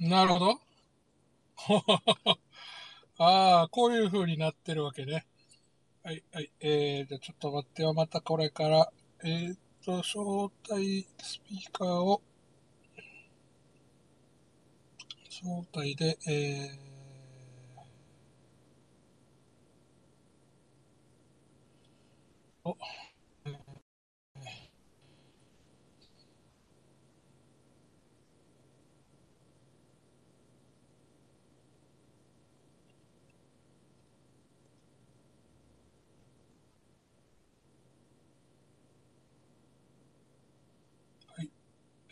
なるほど。 ああ、こういう風になってるわけね。はい、はい。えー、じゃあちょっと待ってはまたこれから。えーっと、招待スピーカーを、招待で、えー、お、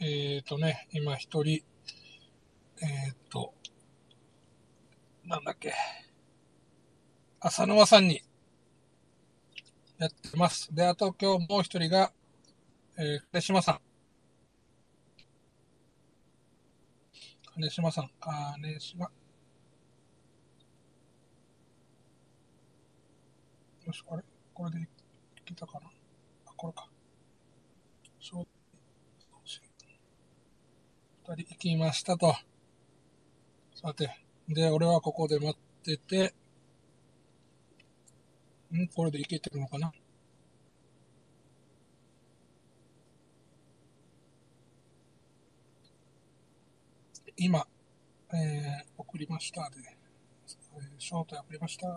えーとね、今一人、えーと、なんだっけ、浅沼さんにやってます。で、あと今日もう一人が、えー、金島さん。金島さん、金島。よし、あれこれでいけたかなあ、これか。そう二人行きましたと。さて、で、俺はここで待ってて、んこれでいけてるのかな今、えー、送りましたで、えー招待送りました。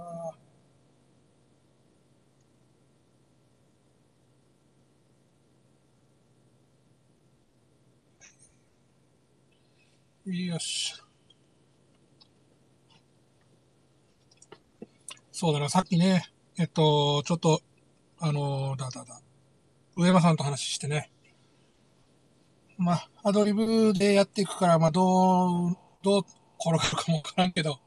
よし。そうだな、さっきね、えっと、ちょっと、あの、だだだ、上山さんと話してね、まあ、アドリブでやっていくから、まあ、どう、どう転がるかもわからんけど、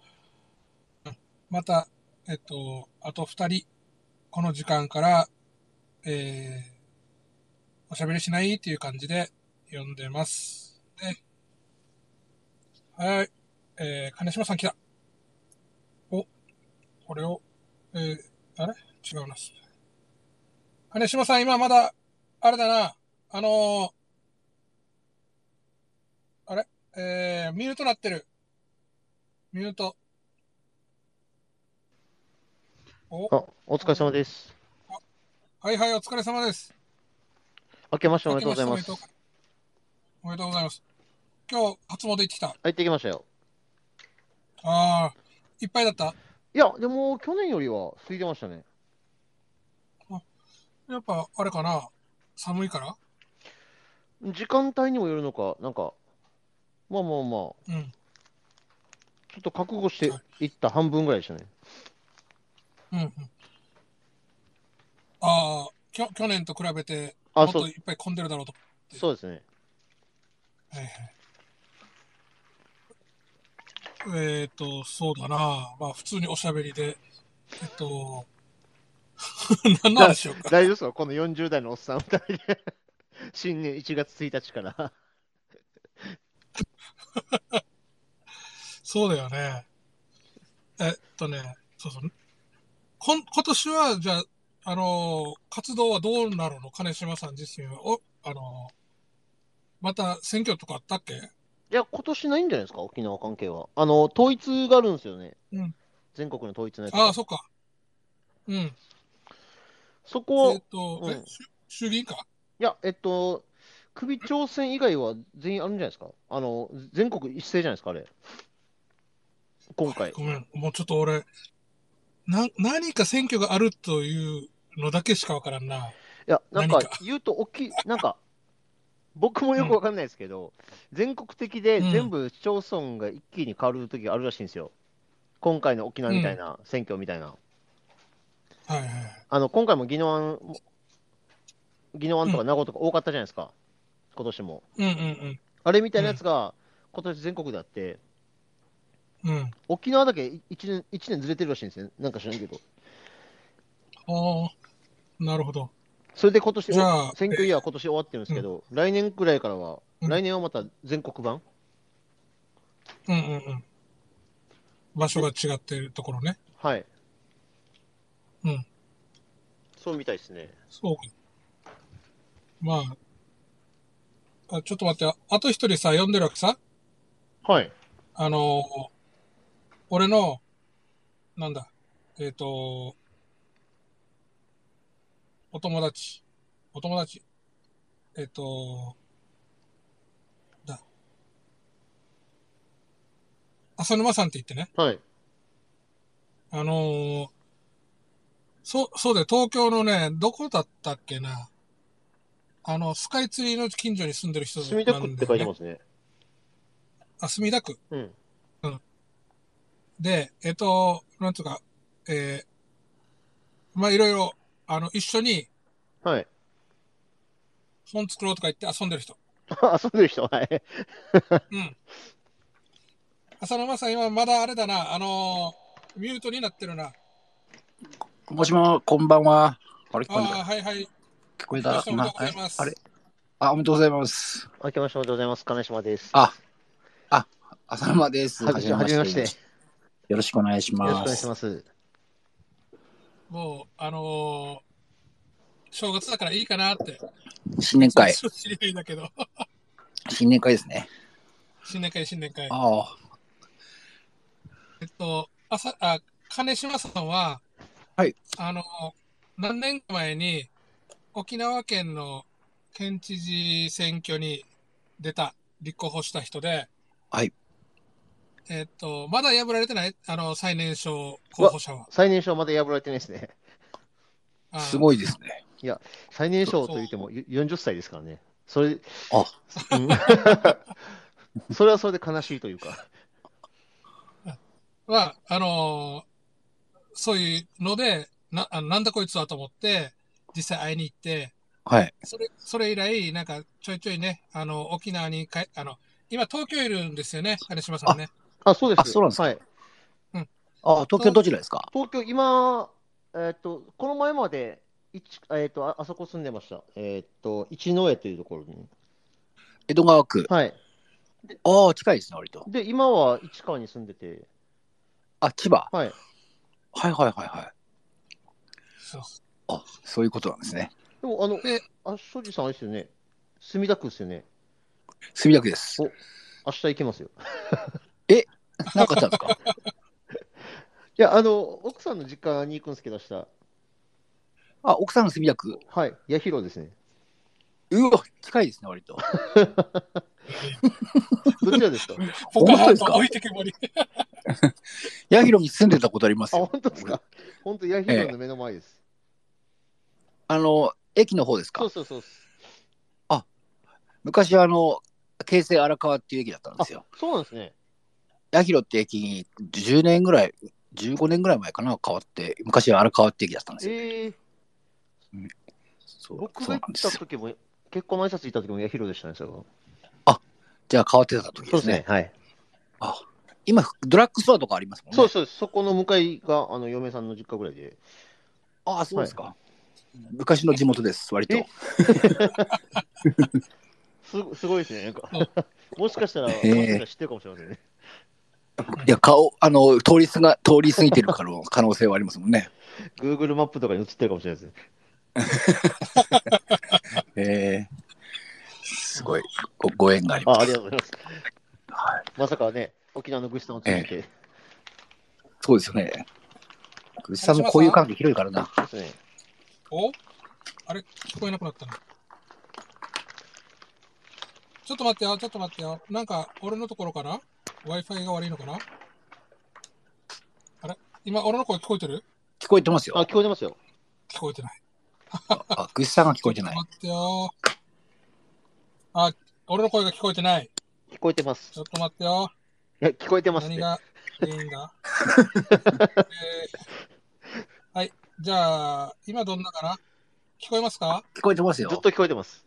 うんまた、えっと、あと二人、この時間から、えー、おしゃべりしないっていう感じで呼んでます。で、はい。えー、金島さん来た。お、これを、えー、あれ違うな。金島さん、今まだ、あれだな、あのー、あれえー、ミュートなってる。ミュート。お、あ、お疲れ様です。はいはい、お疲れ様です。明けましておめでとうございま明けす。ましておめでとうございます。今日、初詣行ってきた。あ入ってきましたよ。あー、いっぱいだったいや、でも、去年よりは空いてましたね。やっぱ、あれかな寒いから時間帯にもよるのか、なんか、まあまあまあ、うん。ちょっと覚悟していった半分ぐらいでしたね。うんうん。ああ、きょ去年と比べて、もあ、っそとう、いっぱい混んでるだろうと。そうですね。はいはい、えっ、と、そうだな。まあ、普通におしゃべりで、えっと、 何の話しようか。大丈夫ですかこの40代のおっさん2人 で。新年1月1日から。そうだよね。えっとね、そうそう。こん今年は、じゃあ、あのー活動はどうなるの金島さん自身は。お、あのーまた選挙とかあったっけいや、今年ないんじゃないですか沖縄関係は。あの、統一があるんですよね。うん全国の統一のやつ。ああ、そっか。うん。そえこっ、、と、うんえし衆議院か。いや、えっと、首長選以外は全員あるんじゃないですかあの、全国一斉じゃないですか、あれ。今回。ごめん、もうちょっと俺、な、何か選挙があるというのだけしかわからんな。いや、なんか何か言うと大きい、なんか、僕もよくわかんないですけど、全国的でうん全部市町村が一気に変わる時があるらしいんですよ。今回の沖縄みたいな、選挙みたいな。はいはい。あの、今回も宜野湾、宜野湾とか名護とか多かったじゃないですか、今年も。うんうんあれみたいなやつが、今年全国であって、うん。うん。沖縄だけ1年 ,1 年ずれてるらしいんですね、なんか知らんけど。ああ、なるほど。それで今年じゃあお、選挙イヤーは今年終わってるんですけど、来年くらいからは、うん来年はまた全国版うんうんうん。場所が違ってるところね。はい。うん。そうみたいですね。そうか。まあ。あ、ちょっと待って、あと一人さ、読んでるわけさ、はい。あのー俺の、なんだ、えっ、と、お友達、お友達、えっ、と、だ、浅沼さんって言ってね、はい。あのーそう、そうだよ、東京のね、どこだったっけな、あの、スカイツリーの近所に住んでる人なんだよ墨ね田区って書いてますね。あ、墨田区。うん。で、えっと、なんつうか、えーまあ、いろいろ、あの、一緒にはい。 本作ろうとか言って遊んでる人。あ、そうでした。はい。うん。浅沼さん、今まだあれだな、あのーミュートになってるな。もしも、こんばんは。あれ、聞あこえあ、はいはい。た。聞こえどうたし。おめ今、でとうござはいいます。あれ、あ、おめでとうございます。明けましておめでとうございます。金島です。あ浅沼です。はじはじめまして。よよろしくお願いしろしくおま願いしす。ます。もう、あのー正月だからいいかなって。新年 会、知り合いだけど。新年会ですね。新年会、新年会。ああ、えっと、朝、あ、金島さんは、はい。あの、何年か前に、沖縄県の県知事選挙に出た、立候補した人で、はい。えっと、まだ破られてないあの、最年少候補者は。最年少まだ破られてないですね。 あすごいですね。最年少と言ってもよ40歳ですからね。それ、あうん それはそれで悲しいというか。は、あの、そういうので、な、あなんだこいつはと思って、実際会いに行って、はい。それ、それ以来、なんか、ちょいちょいね、あの、沖縄に帰、あの、今、東京いるんですよね、金島さんね。あ、そうです。あそうなんですかはい。あ東京どちらですか東京、今、えっと、この前まで、いちえっと、ああそこ住んでました。えっと、一ノ江というところに。江戸川区。はい。ああ、近いですね、割と。で、今は市川に住んでて、あ、千葉。はい。はいはいはいはい。そうあ、そういうことなんですね。でも、あので、あ、庄司さん、あれですよね。墨田区ですよね。墨田区です。明日行きますよ。なんかあったんですかいや、あの、奥さんの実家に行くんですけど、明 あ、奥さんの墨田区。日。はい。八広ですね。うわ、近いですね、割と。どちらです かポカ本当ハンですとか置いてけぼり。八広に住んでたことありますあ、よ。本当ですか本当、八広の目の前です。あの、駅の方ですそかうそうそう。昔あの京成荒川っていう駅だったんですよ。そうなんですね。八広って駅に10年ぐらい15年ぐらい前かな変わって昔は荒川って駅だったんですよ。ええそう僕そがうな行んでったすよ。時も、結婚の挨拶行った時も八広でしたね、それは。じゃあ変わってた時ですね。。はい。あ今ドラッグストアとかありますもんね。そうそう、そこの向かいが、あの、嫁さんの実家ぐらいで。ああそうですか、昔の地元です割とえ。すごすごいですね、なんか。 もしかしたら、もしへえかしたら知ってるかもしれませんね。いや顔あの通りすが通り過ぎてる可能可能性はありますもんね。 Google マップとかに映ってるかもしれないですね。えー、すごいごご縁がありまあ、す。ありがとうございます。まさかね、沖縄のグスタンを通じて。そうですよね。グッさんもこういう関係広いからな。そうですね。おあれ聞こえなくなったな。ちょっと待ってよ、ちょっと待ってよ。なんか、俺のところかな ?Wi-Fi が悪いのかなあれ今、俺の声聞こえてる聞こえてますあ、よ。聞こえてますよ。聞こえてない。あ、グッさんが聞こえてないちょ。っと待ってよ。あ、俺の声が聞こえてない。聞こえてます。ちょっと待ってよ。いや、聞こえてます何ね。が原因 だ、えーはい。じゃあ、今どんなかな聞こえますか聞こえてますよ。ずっと聞こえてます。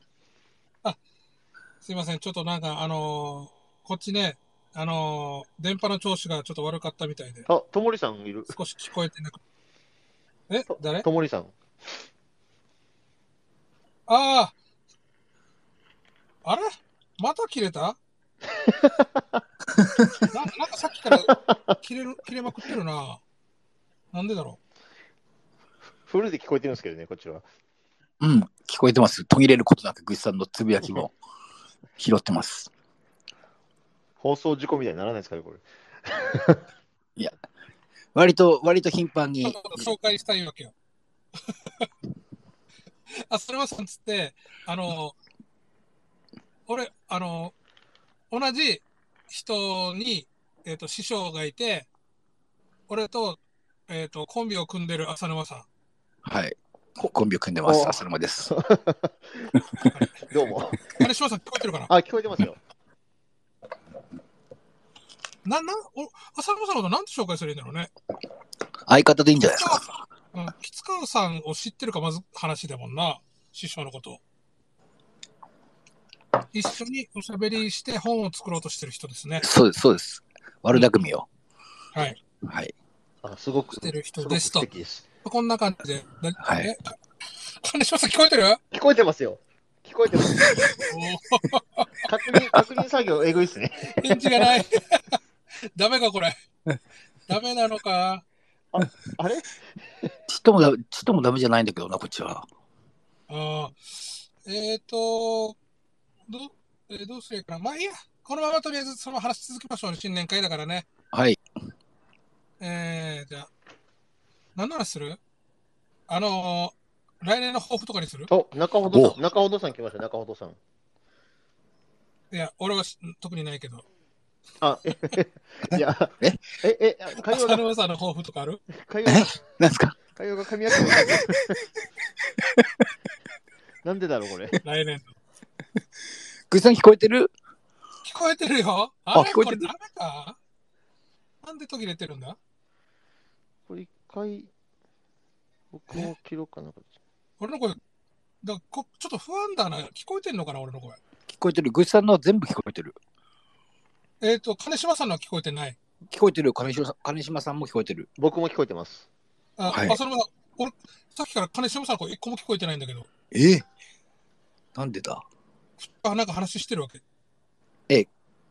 すいません、ちょっとなんか、あのーこっちね、あのー電波の調子がちょっと悪かったみたいで、あ、ともりさんいる。少し聞こえてなく、え誰ともりさん。ああ。あれまた切れた ななんかさっきから切れる切れまくってるな。なんでだろフルで聞こえてるんですけどね、こっちは。うん、聞こえてます。途切れることなく、ぐっさんのつぶやき も拾ってます。放送事故みたいにならないですかね、これ。割と、割と頻繁う。に。紹介したいわけよ。 あ、それはさんつって、あの、俺、あの、同じ人に、えっ、と、師匠がいて、俺と、えっ、と、コンビを組んでる浅沼さん。はい。ココンビを組んでます。お浅沼です。どうも。あれ、島さん聞こえてるかなあ、聞こえてますよ。な、な、お、浅野さんのことなんて紹介すればいいんだろうね。相方でいいんじゃないですか。うん、吉川さんを知ってるか、まず話だもんな、師匠のこと。一緒におしゃべりして本を作ろうとしてる人ですね。そうです、そうです。悪巧みを。はい。はい。あ、すごしく、すてる人ごくです素と。敵です。こんな感じで。だはいえか金島さん聞こえてる聞こえてますよ。聞こえてます。お確認、確認作業、えぐいっ すね。ー返事がない。 ダメか、これ。ダメなのか。あれちっともだ、ちっともダメじゃないんだけどな、こっちは。あーえっ、ー、と、ど、えーどうすればいいかな。まあいいや。このままとりあえずその話続きましょうね。新年会だからね。はい。えー、じゃあ、何の話するあのー来年の抱負とかにするお、中ほどさおん、中ほどさん来ました、中ほどさん。いや、俺はし特にないけど。あ、え、いや、ええ、え、あ会話浅 が、沼さんの抱負とかある会話が、なんですか会話が噛み合ってます。 なんでだろう、これ。来年。ぐっさん聞こえてる聞こえてるよあれ聞ここえれてるダメかなんで途切れてるんだこれ一回、僕も切ろうかな。俺の声、だこちょっと不安だな。聞こえてんのかな俺の声。聞こえてる。ぐっさんのは全部聞こえてる。えっ、ー、と、金島さんのは聞こえてない。聞こえてる。金城さん金島さんも聞こえてる。僕も聞こえてます。あ、はいあそれも、俺、さっきから金島さんの声一個も聞こえてないんだけど、ええなんでだあ、なんか話してるわけ。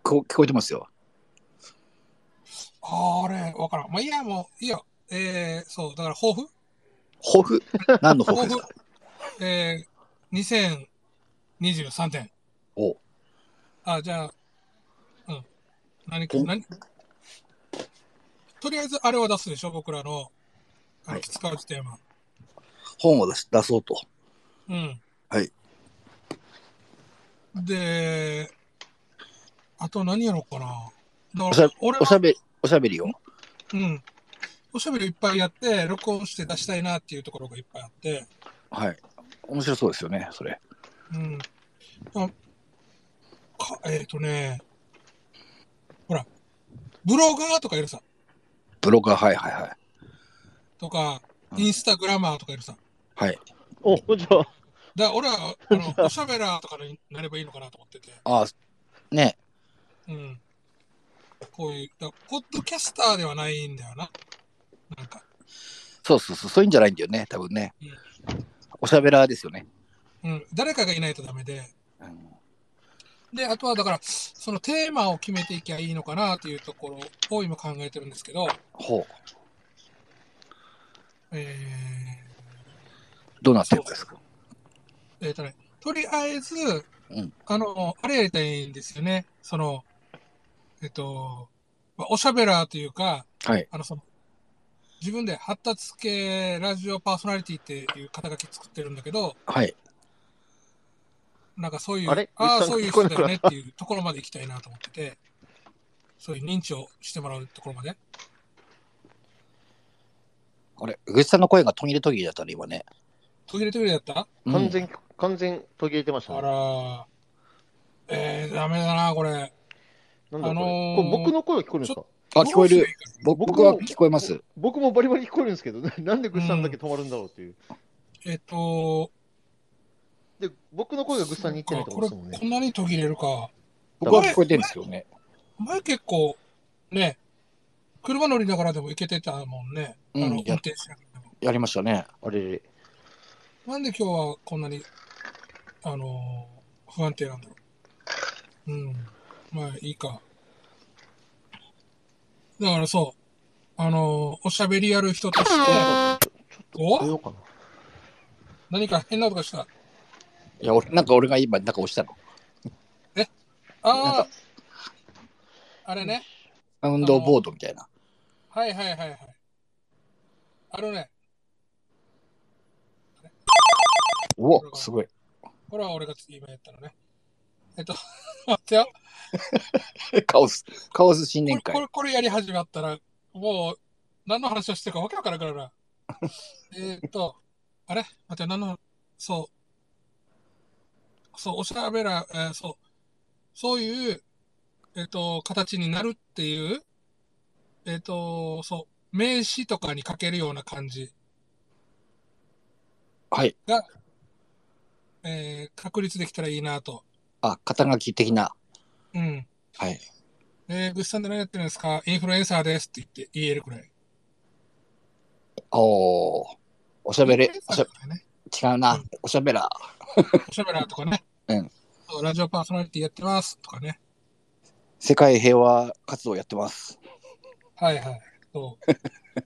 こ聞こえてますよ。あーあれ、わからん。まあ、いいや、もう、いいよ。えー、そう、だから抱負抱負何の抱負抱です負 か。えー、2023年。おうあ、じゃあ、うん。何か、お何とりあえずあれは出すでしょ、僕らの、あはの、いきつかうちテーマ。本を出し出そうと。うん。はい。で、あと何やろうかな。おだしかゃら、俺おはしゃべおしゃべりを。うん。おしゃべりいっぱいやって、録音して出したいなっていうところがいっぱいあって、はい。面白そうですよね、それ。うん。あかえっ、とね、ほら、ブロガーとかいるさ、ブロガー、はいはいはい。とか、うんインスタグラマーとかいるさ。はい。お、こんにちは。だから俺は、あの、 おしゃべらーとかになればいいのかなと思ってて、ああ、ねうん。こういう、だからポッドキャスターではないんだよな。なんか、そうそうそう、そういうんじゃないんだよね、多分ねうん。おしゃべらーですよね。うん。誰かがいないとダメで、うんで、あとはだから、そのテーマを決めていきゃいいのかなっていうところを今考えてるんですけど、ほう。えどうなってるんですかー、えーとね、とりあえず、うんあの、あれやりたいんですよね。その、えっ、と、まあおしゃべらーというか、はい。あの、その、自分で発達系ラジオパーソナリティっていう肩書き作ってるんだけど、はい。なんかそういう、あれああ、一旦そういう聞こ人だえなくよなねっっていうところまで行きたいなと思ってて、そういう認知をしてもらうところまで。あれ、ぐっさんの声が途切れ途切れだったね、今ね。途切れ途切れだったうん完全、完全途切れてましたあね。らー、えー、ダメだな、これ。なんだあろうこれのーこれ僕の声は聞こえるんですかあ、聞こえどうすればるい。いかぼ僕も僕は聞こえます。僕もバリバリ聞こえるんですけど、ななんでグッさんだけ止まるんだろうっていう。な。えっと、で、僕の声がグッさんに行ってないとこ思れ、ってたもんこね。んなに途切れるか。僕は聞こえてるんですけどね。前結構、ね、車乗りながらでも行けてたもんね。あうんの、運いや転しながらでも。やりましたね。あれれ。なんで今日はこんなに、あのー不安定なんだろう。うん。まあ、いいか。だからそう、あのーおしゃべりやる人として、出おようかな。何か変な音がした。いや、俺、なんか俺が今、なんか押したの。あああれね。サウンドボードみたいな。はいはいはいはい。あのね、うおすごい。これは俺が今やったのね。えっと、 待ってよ。 カオス、カオス新こ年れこ会。れこれやり始まったら、もう、何の話をしてるかわけわからんから な。えーっと、あれ待って、何の、そう。そう、おしゃべら、えーそう。そういう、えーっと、形になるっていう、えーっと、そう、名詞とかに書けるような感じ、はい。えー確立できたらいいなと。あ、肩書き的な。うん。はい。えー、グッさんで何やってるんですかインフルエンサーですって言って言えるくらい。おー。おしゃべインれフルエン、おサーしとかねゃ、違うな。おしゃべら。おしゃべらとかね。うんそう。ラジオパーソナリティやってますとかね。世界平和活動やってます。はいはい。そう。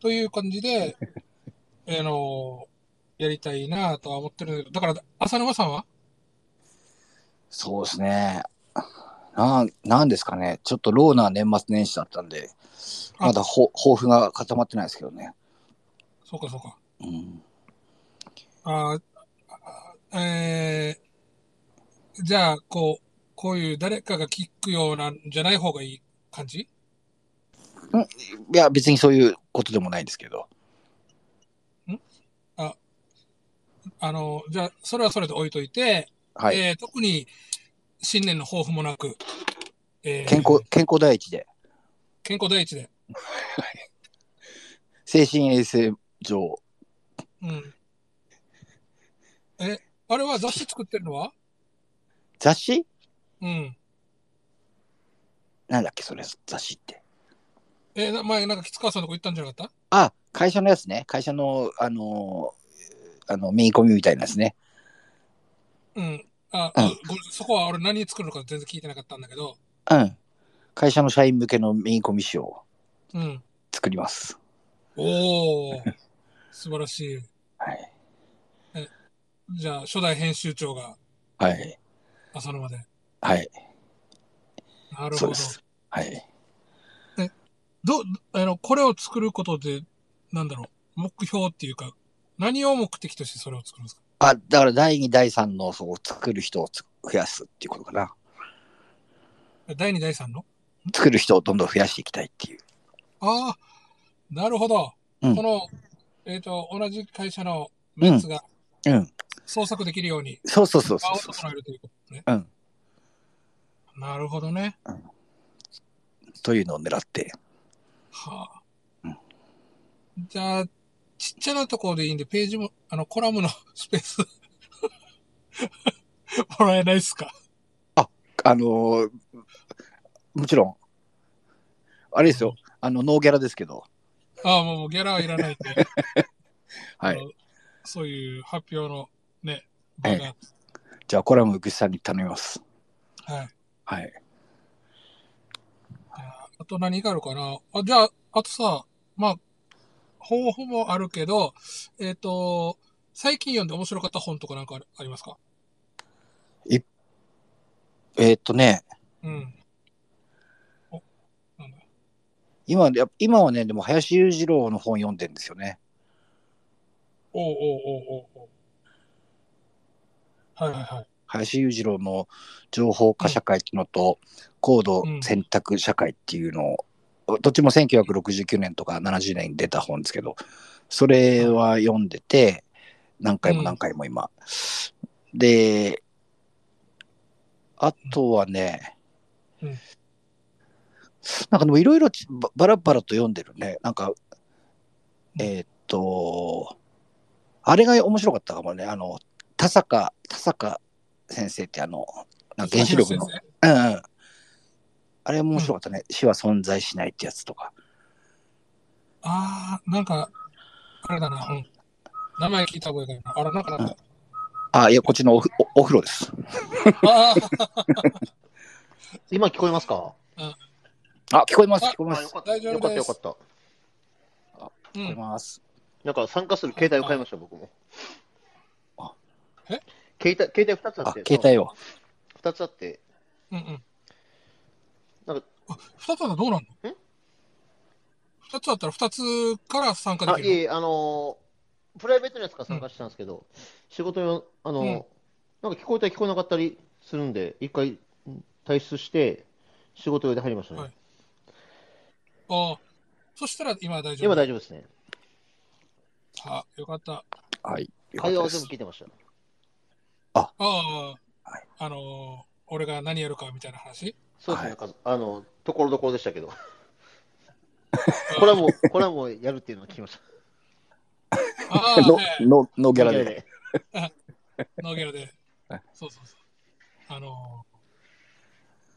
という感じで、あのやりたいなとは思ってるんだけど、だから、浅沼さんはそうですね。なん、なんですかね。ちょっとローな年末年始だったんで、あまだほ抱負が固まってないですけどね。そうかそうか。うん。あーあーえー、じゃあ、こう、こういう誰かが聞くようなんじゃない方がいい感じいや、別にそういうことでもないですけど。あの、じゃあ、それはそれで置いといて、はい。えー特に新年の抱負もなく、えー健康、健康第一で、健康第一で、精神衛生上、うん。え、あれは雑誌作ってるのは雑誌うん。なんだっけ、それ、雑誌って。えーな前なんか吉川さんのとこ行ったんじゃなかっあ、会社のやつね。会社の、あのー、あの、ミニコミみたいなやつね。たうん。あ、うんごそこは俺何作るのか全然聞いてなかったんだけど、うん。会社の社員向けのミニコミ誌をうん。作ります。お ー、素晴らしい。はい。じゃあ、初代編集長がはい。浅沼で。はい。なるそうほどで。す。はい。ど、あの、これを作ることで、なんだろう、目標っていうか、何を目的としてそれを作るんですかあ、だから第2、第3の、そう、作る人をつ増やすっていうことかな。第2、第3の作る人をどんどん増やしていきたいっていう。ああ、なるほど。うんこの、えっ、と、同じ会社のメンツがうん。創作できるように、そうそうそうそ青うをそう整えるということね。うん。なるほどね。というのを狙って。はうあ。じゃあ、ちっちゃなところでいいんで、ページも、あの、コラムの スペース、もらえないですか あのーもちろん、あれですよ。あの、ノーギャラですけど。ああ、もうもうギャラはいらないって、はあのい。そういう発表のね、場が。じゃあ、コラム、グッさんに頼みます。はい。はい。あと何があるかなあ、じゃあ、あとさ、まあ、方法もあるけど、えっ、と、最近読んで面白かった本とかなんかあるありますかえーっとね、うん。今や今はね、でも林裕次郎の本読んでんですよね。おうおうおうおうおうはいはいはい。林裕次郎の情報化社会っていうのと、高度選択社会っていうのを、どっちも1969年とか70年に出た本ですけど、それは読んでて、何回も何回も今。で、あとはね、うんなんかでもいろいろちばバラバラと読んでるね。なんか、んえーっと、あれが面白かったかもね。あの、田坂、田坂先生ってあの、なんか原子力の。先うんうん。あれ面白かったね。死は存在しないってやつとか。生ああ、なんか、あれだな、うん。名前聞いた覚えがあるな。あら、なんかなんか。あ、いや、こっちのおふおお風呂です。あ 今聞こえますかあ、聞こえます、聞こえまあす。よ聞かった大丈夫よかったでよすかった。あ、うこえん。ます。なんか参加する携帯を買いました、僕もあ。え携帯、携帯2つああって、、携帯を。そう2つあって、うんうん。なんかあ、二つはどうなんのん二つあったら二つから参加あ、でいきるえいえ、あのープライベートのやつから参加してたんですけど、仕事用、あのうーんなんか聞こえたり聞こえなかったりするんで、一回うん退出して、仕事用で入りましたね。はいの。ああ。そしたら今は大丈夫。今大丈夫ですね。あ、よかった。はい。よかっ会た話は全で部す。聞いてました。ああ、はあのー俺が何やるかみたいな話そうですね、はなんかあの、ところどころでしたけど。これはもう、これはもうやるっていうのを聞きました。ああ、のね、ののギャラで。ノーギャラではい。そうそうそう。あの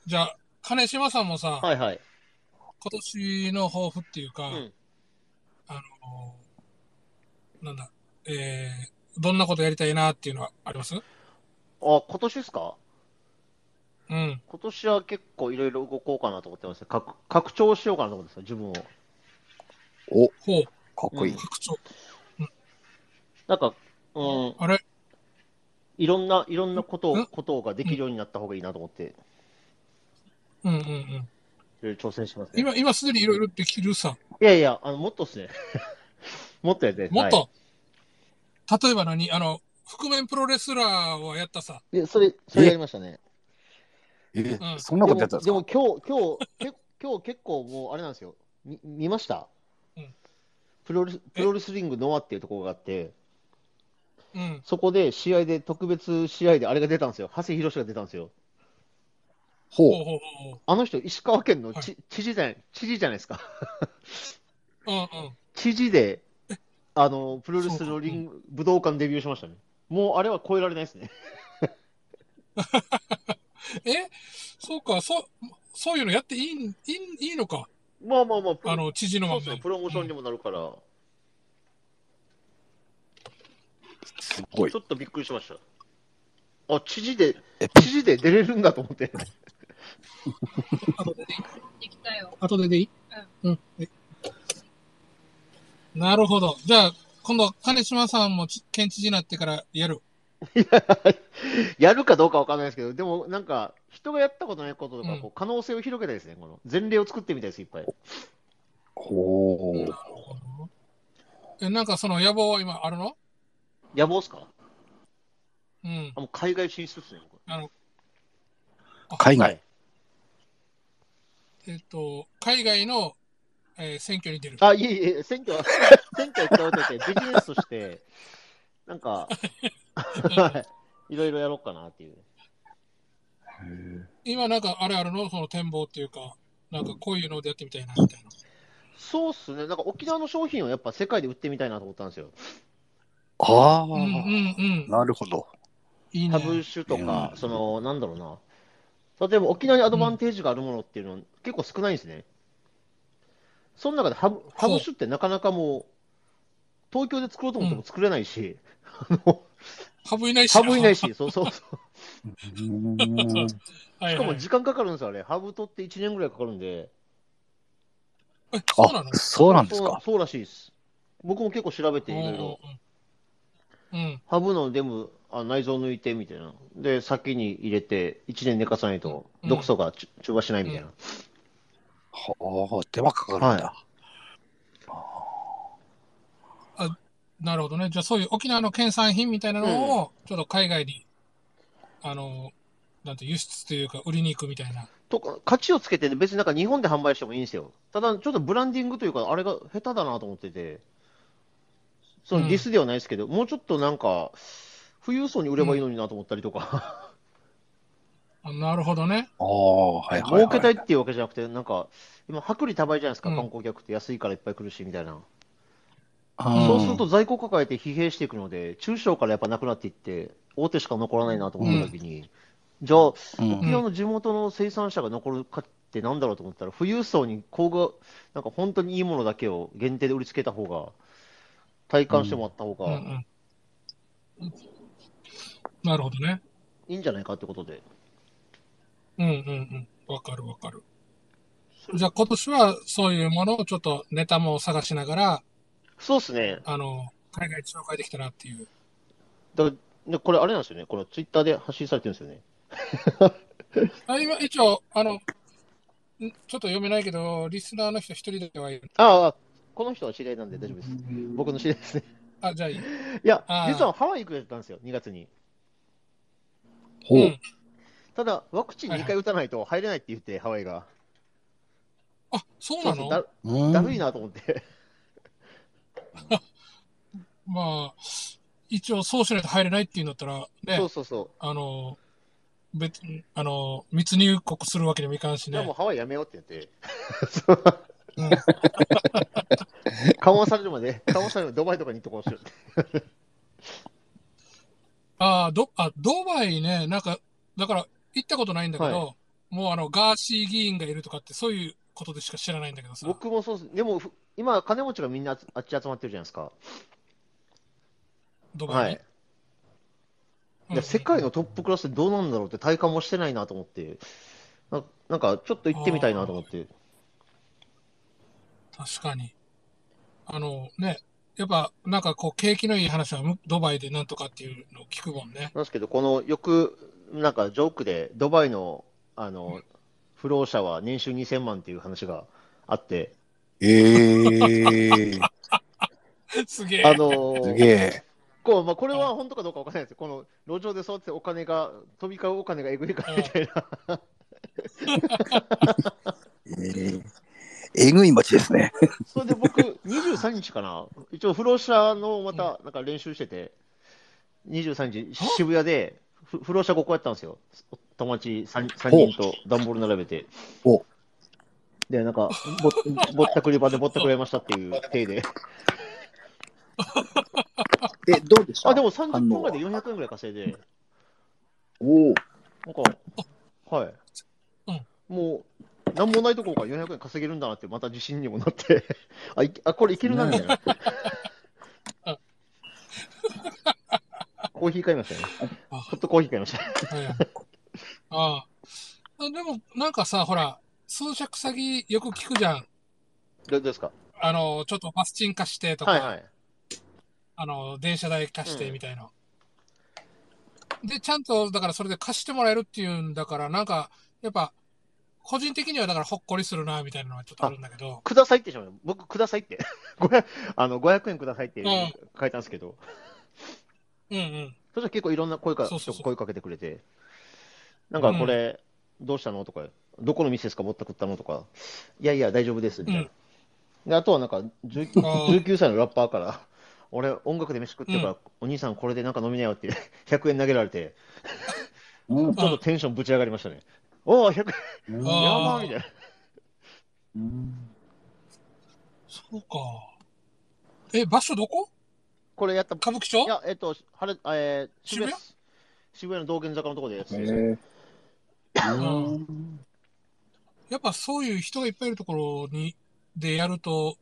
ーじゃあ、金島さんもさ、はいはい。今年の抱負っていうか、うんあのーなんだ、えー、どんなことやりたいなっていうのはありますあ、今年ですかうん。今年は結構いろいろ動こうかなと思ってますね。拡拡張しようかなと思ってますよ、自分を。お、かほう、っこいい。拡張。なんか、うん、あれいろんな、いろんなことを、んことができるようになった方がいいなと思って、うんうんうん。いろいろ挑戦してますね。今、今すでにいろいろできるさ。いやいや、あの、もっとですね。 もっとやって、もっはと、例えば何あの、覆面プロレスラーをやったさ。いでそれ、それやりましたね。えう、んそんなことやってたんですでも、かでも今日、今日、け今日結構もう、あれなんですよ。み見ました、うんプロレスプロレスリングノアっていうところがあって、うん。そこで試合で、特別試合であれが出たんですよ。長谷博が出たんですよ。ほほうう。ほうほうあの人、石川県のち、は知事じゃない、知事じゃないですか。 ほう。うんうん。知事で、あの、プロレスのリング、武道館デビューしましたね。もうあれは超えられないですね。えそうか、そ、そういうのやっていいん、いい、いいのか。まあまあまあ、プロあの、知事のそうまですまね、。プロモーションにもなるから、すごいちょ。っとびっくりしました。あ、知事で、え、知事で出れるんだと思って。 できたよ。後ででいいうん。はいなるほど。じゃあ、今度、金島さんもち県知事になってからやる。やるかどうかわかんないですけど、でもなんか、人がやったことないこととか、うんこう可能性を広げたいですね、この前例を作ってみたいです、いっぱい。ほなうる。ほど。え、なんかその野望は今あるの野望っすかうんあ。もう海外進出ですね、僕あの、海外。えっ、と、海外の、えー選挙に出る。あ、いえいえ、選挙は、 選挙は使わといて、ビジネスとして、なんか、 はいいろいろやろうかなっていう。今なんかあれあるのその展望っていうか、なんかこういうのでやってみたいな、みたいな。そうっすね、なんか沖縄の商品をやっぱ世界で売ってみたいなと思ったんですよ。あうんうんうあ、ん。なるほ ど。いいタね。ブ酒とか、うんその、なんだろうな。例えば沖縄にアドバンテージがあるものっていうのは結構少ないんですね。その中でハブ、ハブ酒ってなかなかもう、東京で作ろうと思っても作れないし、あの、ハブいないし。ハブいないし、そうそうそう。うーんはいはい。しかも時間かかるんですよ、あれ。ハブ取って1年ぐらいかかるんで。え、そうなあの、そうなんですそうか。そうらしいです。僕も結構調べていろいろ。うんうんうん。うん。ハブのデム、あ内臓抜いてみたいな。で、先に入れて、1年寝かさないと、うん毒素がち中和しないみたいな。はあ、手間かかるんだ。なるほどね。じゃあそういう沖縄の県産品みたいなのを、ちょっと海外に、あの、なんて輸出というか売りに行くみたいな。とか価値をつけて、別になんか日本で販売してもいいんですよ。ただ、ちょっとブランディングというか、あれが下手だなと思ってて、そうんのディスではないですけど、もうちょっとなんか、富裕層に売ればいいのになと思ったりと か、あなるほどね。ああ、はいはい儲けたはいい。っていうわけじゃなくて、なんか、今、薄利多売じゃないですか、うん観光客って安いからいっぱい来るしみたいな。あーそうすると在庫抱えて疲弊していくので、中小からやっぱなくなっていって、大手しか残らないなと思ったときに、じゃあ、うん沖縄の地元の生産者が残るかってなんだろうと思ったら、富裕層に高が、なんか本当にいいものだけを限定で売りつけた方が、体感してもらった方うんうがんなるほどね。いいんじゃないかってことで。うんうんうん。わかるわかる。じゃあ今年はそういうものをちょっとネタも探しながら、そうですね。あの、海外紹介できたらっていう。だからでこれあれなんですよね。これツイッターで発信されてるんですよね。あ今、一応、あの、んちょっと読めないけど、リスナーの人一人ではいる。ああ、この人は知り合いなんで大丈夫です。僕の知り合いですね。あ、じゃあいい。いやあ、ー実はハワイ行くやったんですよ、2月に。ほう、うんただ、ワクチン2回打たないと入れないって言って、ハワイが。あ、そうそなうそうのだうんだるいなと思って。まあ、一応そうしないと入れないっていうんだったら、ねそう、そうそう。あの、別に、あの、密入国するわけにもいかんしじゃあもうね。ハワイやめようって言って。うん 緩和されるまで、緩和されるまでドバイとかに行ってこうしようって。あど、あ、ドバイね、なんか、だから、行ったことないんだけど、はもうあの、ガーシー議員がいるとかって、そういうことでしか知らないんだけどさ。僕もそうです。でも、ふ今、金持ちがみんなあつあっち集まってるじゃないですか。ドバはイいに。。うんいや世界のトップクラスってどうなんだろうって体感もしてないなと思って、ななんかちょっと行ってみたいなと思って、確かに。あの、ね、やっぱ、なんかこう、景気のいい話はむドバイでなんとかっていうのを聞くもんね。 なんですけど、このよく、なんかジョークで、ドバイのあの不労者は年収2000万っていう話があって、ええすげえ。あのすげえ。こうまあ、これは本当かどうかわからないですけど、この路上で育ってお金が、飛び交うお金がえぐいからみたいな、えーえぐい町ですね。それで僕、23日かな、一応、不労者のまたなんか練習してて、23日、渋谷で、ふ不労者5個やったんですよ、友達 3, 3人と段ボール並べてほ。で、なんかぼ、ぼったくり場でぼったくられましたっていう体で、え、どうでしあでも30分ぐらいで400円ぐらい稼いで、おお。なんか、はい、うんもう、なんもないところから400円稼げるんだなって、また自信にもなって、 あ、いあこれいけ るなみたいな。コーヒー買いましたね。あホットコーヒー買いました。はいはいああ。でも、なんかさ、ほら、装着詐欺よく聞くじゃん。どどうですかあの、ちょっとバスチン化してとか、はいはい。あの、電車代貸してみたいな。で、ちゃんと、だからそれで貸してもらえるっていうんだから、なんか、やっぱ、個人的にはだからほっこりするな、みたいなのはちょっとあるんだけど、くださいってしまう僕、くださいって。500あの500円くださいってうん書いたんですけど、うんうん。そしたら結構いろんな声かそうそうそう声かけてくれて、なんかこれ、どうしたのとか、どこの店ですか、ぼったくったのとか、いやいや、大丈夫です、みたいな。うんであとはなんか19、あー19歳のラッパーから、俺、音楽で飯食ってるから、うお兄さん、これでなんか飲みなよって、100円投げられて、うんちょっとテンションぶち上がりましたね。おお、100円、やあばーみたいな。そうか。え、場所どここれやった、歌舞伎町いや、えっと、晴れえー渋渋谷谷です渋谷の道玄坂のところでやってて、えうーやっぱそういう人がいっぱいいるところに、でやると、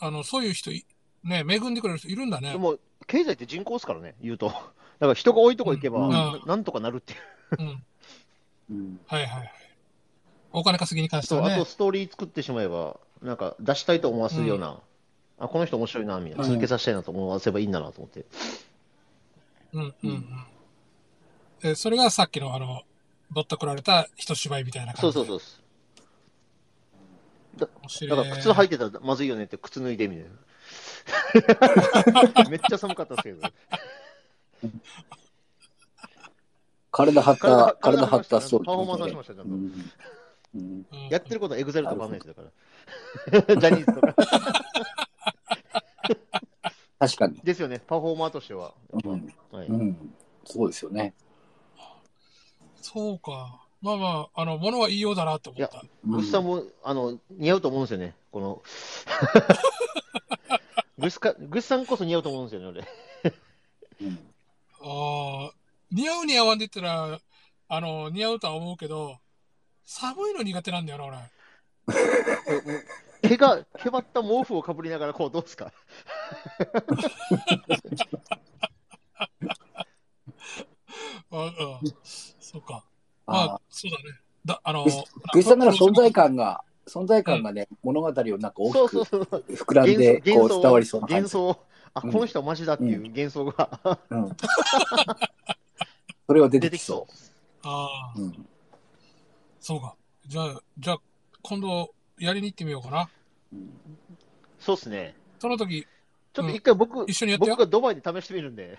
あの、そういう人い、ね、恵んでくれる人いるんだねで。も、経済って人口ですからね、言うと。だから人が多いとこ行けば、うんななんとかなるっていう。うん。うんはいはいはい。お金稼ぎに関してそうはあねと。ストーリー作ってしまえば、なんか出したいと思わせるような、あこの人面白いな、みたいな、うん続けさせたいなと思わせばいいんだなと思って。うんうんうん。え、それがさっきのあの、ぼったくられた一芝居みたいなそ感うじそうで。そうでそす。うだから靴履いてたらまずいよねって、靴脱いでみた いな。めっちゃ寒かったですけど、体張った、体張張ったストーリパフォーマンスはしーましたよ、ちゃんうとんうんうんやってることはエグゼルとかあんないですだから。 ジャニーズとか。確かに。ですよね、パフォーマーとしては。うんはい、うんそうですよね。そうか。まあまあ、あの、物は言いようだなって思った。うんグスさんもあの似合うと思うんですよね、こ の。グスかグスさんこそ似合うと思うんですよね、俺。うんああ、似合う似合わんで言ったら、あの、似合うとは思うけど、寒いの苦手なんだよな、俺。毛が、毛ばった毛布をかぶりながら、こう、どうですかあ、うん。そうか。まああ、そうだね。だ、あの、グイさんなら存在感が、存在感がね、物語をなんかそ大うそうきそうそう。く膨らんで、こう伝わりそうな感幻じ。想を、あ、この人はマジだっていう幻想がうん。それは 出出ててききそ。そうああ、う。うん。そうか。じゃあ、じゃあ、今度、やりに行ってみようかな。そうっすね。その時、ちょっと一回僕、一緒にやって僕よ。がドバイで試してみるんで、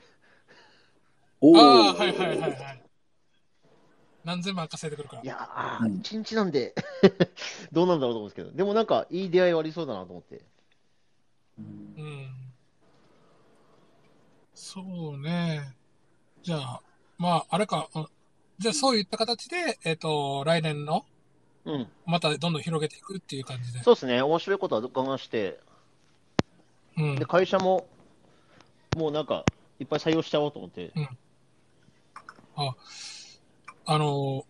おああ、ーはいはいはいはい。何千万稼いでくるからい。やー、うん一日なんで、 どうなんだろうと思うんですけど、でもなんか、いい出会いはありそうだなと思って。うん。そうね。じゃあ、まあ、あれか。うんじゃあ、そういった形で、えっ、と、来年の、うん、またどんどん広げていくっていう感じで。そうですね、面白いことは我慢して、うんで。会社も、もうなんか、いっぱい採用しちゃおうと思って、あの、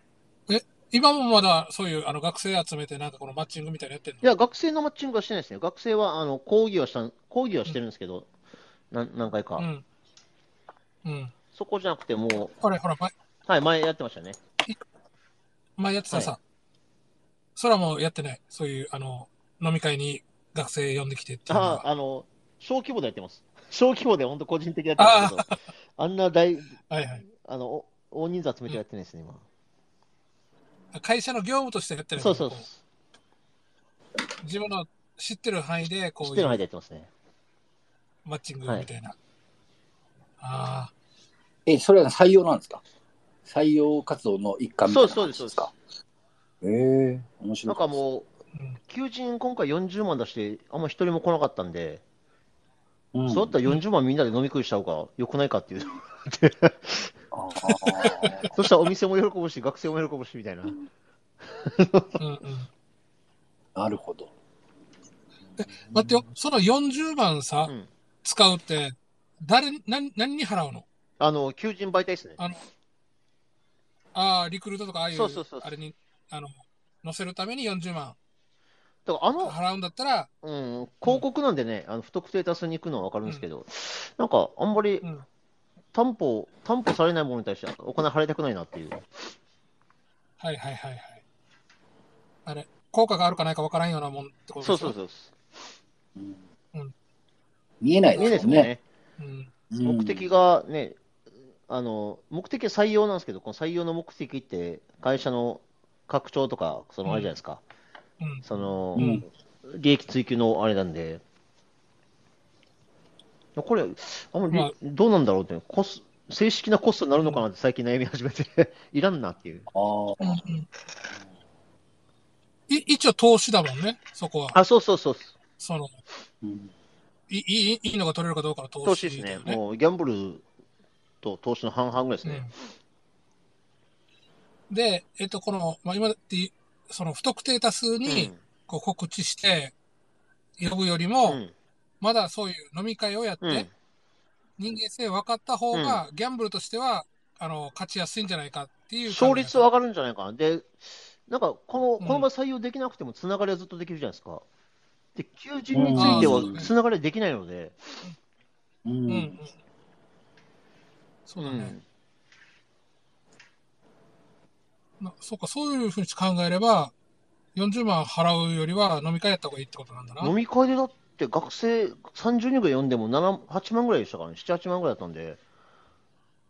え、今もまだそういうあの学生集めてなんかこのマッチングみたいなのやってんのいや、学生のマッチングはしてないですね、学生はあの講義はした講義はしてるんですけど、なん何回か、うん。うん。そこじゃなくて、もあれ、ほら、前、う、はい、前やってましたね、前やってたさ。それはもうやってない。そういう、あの、飲み会に学生呼んできてっていうのあは。あの小規模でやってます、小規模で本当、個人的だったんですけど、あんな大はいはい。あのお大人数集めてやってないですね、今。会社の業務としてやってるそうそうそうこ。う自分の知ってる範囲で、こ知っういてる間うやってますね。マッチングみたいな。ああ。え、それは採用なんですか採用活動の一環みたいなそう感ですじそうでですすかええ面な白んい。あかもうんう、求人今回40万出して、あんま一人も来なかったんで、うんそうだったら40万みんなで飲み食いした方が良くないかっていう、あーそしたらお店も喜ぶし、学生も喜ぶしみたいな。うんうん。なるほど。 待ってよ。その40万さ、うん使うって、誰に、何、何に払うのあの、求人媒体ですね。ああ、リクルートとかああいう、そうそうそうあれに、あの、載せるために40万だからあの、払うんだったら、うん、広告なんでね、あの不特定多数に行くのは分かるんですけど、なんかあんまりうん担保、担保されないものに対してお金払いたくないなっていう。はいはいはいはい。あれ、効果があるかないかわからんようなもんってことそでしうょそうそう。うん見えないいいでですすももんんね。ね。うん。うん目的がね、あの目的は採用なんですけど、この採用の目的って、会社の拡張とか、そのあれじゃないですか、うん。その、うん利益追求のあれなんで、これ、あんまり、まあどうなんだろうって、コス正式なコストになるのかなって、最近悩み始めて、 いらんなっていう。あーうんうんい一応投資だもんね、そこは。あ、そうそうそう、その、うんいいいいいのが取れるかどうかの投投資資だでよ、すね、もうギャンブルと投資の半々ぐらいですね。うんで、えっと、この、まあ、今だって、その不特定多数うんにこう告知して呼ぶよりも、うんまだそういう飲み会をやって、うん人間性分かった方が、ギャンブルとしては、あの、勝ちやすいんじゃないかっていう。勝率は上がるんじゃないかな。で、なんかこうんの、この場合採用できなくてもつながりはずっとできるじゃないですか。で、求人についてうはんつながりはできないので、ううんうんん。そうだね。なそうか、そういうふうに考えれば、40万払うよりは飲み会やった方がいいってことなんだな。飲み会でだって学生30人ぐらい呼んでも7 8万ぐらいでしたからね、7、8万ぐらいだったんで、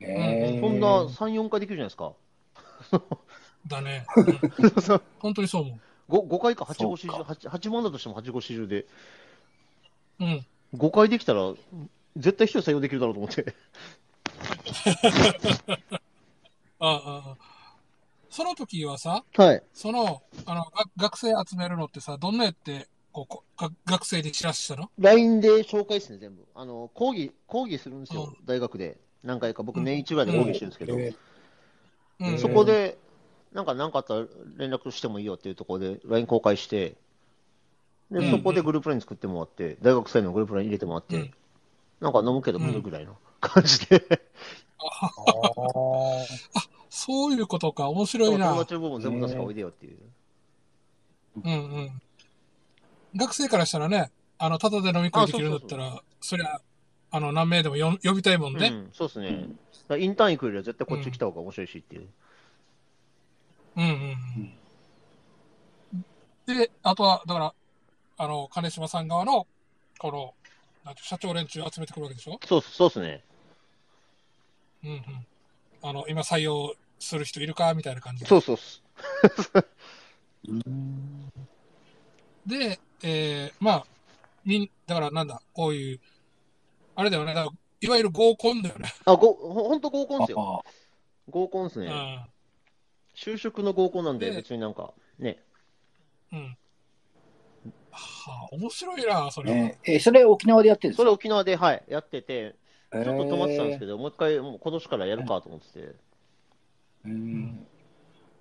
ええそんな3、4回できるじゃないですか。だ ね。うんそう本当にそう思 5, 5回か8、5、そう40、8, 8万だとしても8、5、40で、う。うん。 5回できたら、絶対一人採用できるだろうと思って。ああああ、その時はさ、はい。その、あの、が学生集めるのってさ、どんなやって、こうこう、が学生に知らしたの LINE で紹介ですね、全部。あの、講義、講義するんですよ、う大学で。何回か、う僕ん年1ぐらいで講義してるんですけど。えうん。そこで、なんか、なんかあったら連絡してもいいよっていうところで、LINE 公開して、うんで、そこでグループ LINE 作ってもらって、大学生のグループ LINE 入れてもらっうてん、なんか飲むけど無理ぐらいの感じで、あーそういうことか、面白い友な。達の部分全部出すからおいでよっていう。うんうん。学生からしたらね、あの、ただで飲み食いできるんだったら、そりゃ、あの、何名でもよ呼びたいもんうね。ん、そうですね。うだんからインターン行くよりは絶対こっち来た方が面白いしっていう。うん、うん、うん。で、あとは、だから、あの、金島さん側の、この、なんていう社長連中集めてくるわけでしょそうっすそうですね。うんうん。あの、今採用する人いるかみたいな感じで。そうそうっす。で、えー、まあ、みん、だからなんだ、こういう、あれだよね、だからいわゆる合コンだよね。あ、ご、ほほんと合コンっすよ。あ合コンっすうね。ん。就職の合コンなんで、ね別になんか、ね。うん。はあ、面白いな、そあれは。ねえ、それ沖縄でやってるんですそかれ沖縄で、はい、やってて、ちょっと止まってたんですけど。ど、もう一回、もう今年からやるかと思ってて。えーうん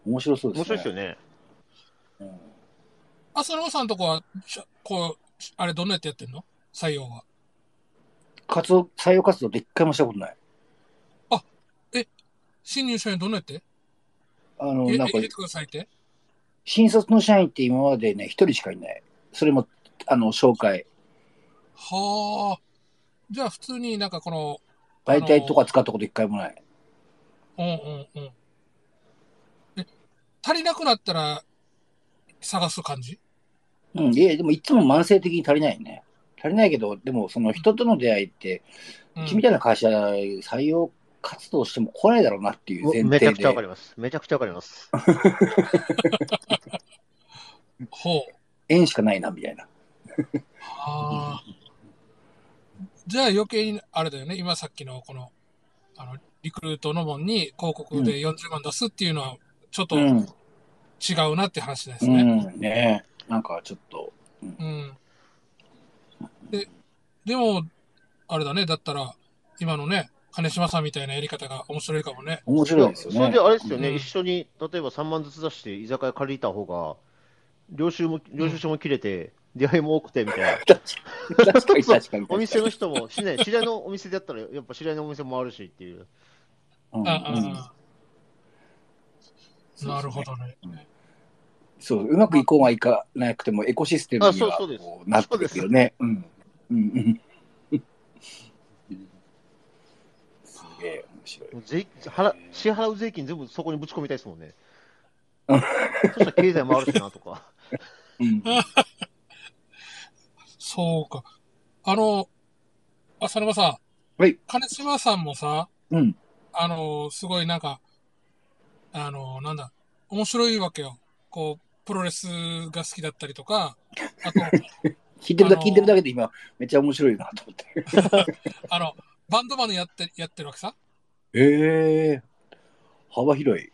面白そうで面す白ね。いっすよね。うん浅野さんとこは、しゃこう、しあれ、どんなやってやってんの採用は。活動、採用活動で一回もしたことない。新入社員どんなやってあの、え、えなんか入、れてくださいって。新卒の社員って今までね、一人しかいない。それも、あの、紹介、はあ。じゃあ、普通になんかこの、媒体とか使ったこと一回もない。うんうんうん。え、足りなくなったら、探す感じうん、いや、でもいつも慢性的に足りないね。足りないけど、でもその人との出会いって、うんうちみたいな会社、採用活動しても来ないだろうなっていう前めちゃ提くちゃわかで、ります。めちゃくちゃわかります。ほう。縁しかないな、みたいな。ああ。じゃあ余計に、あれだよね、今さっきのこの、あの、リクルートの門に広告で40万出すっていうのは、ちょっとう違ん。うなって話ですうね。ん、ねなんかちょっと、うん。で、でも、あれだね、だったら、今のね、金島さんみたいなやり方が面白いかもね。面白いですよね。それであれですよね、うん一緒に例えば3万ずつ出して、居酒屋借りた方が、領収も領収書も切れて、出会いも多くてみたいな、確かに確かに。お店の人も、知り合い知り合いのお店でやったら、やっぱ知り合いのお店もあるしっていう、うんああ、うんなるほどね。そう、うまくいこうがいかなくても、エコシステムにはあそうそうですこうなってるよね。うん。うんうん。すげえ面白い。もう税払支払う税金全部そこにぶち込みたいですもん ね。そしたら経済もあるしなとか、うん。そうか。あの、浅沼さん。はい。金島さんもさ、うん。あの、すごいなんか、あの、なんだ、面白いわけよ。こう、プロレスが好きだったりとか、あと、聞いてるあだのー聞いてるだけで今、めっちゃ面白いなと思って。あの、バンドマンやって、やってるわけさ。ええ幅広い。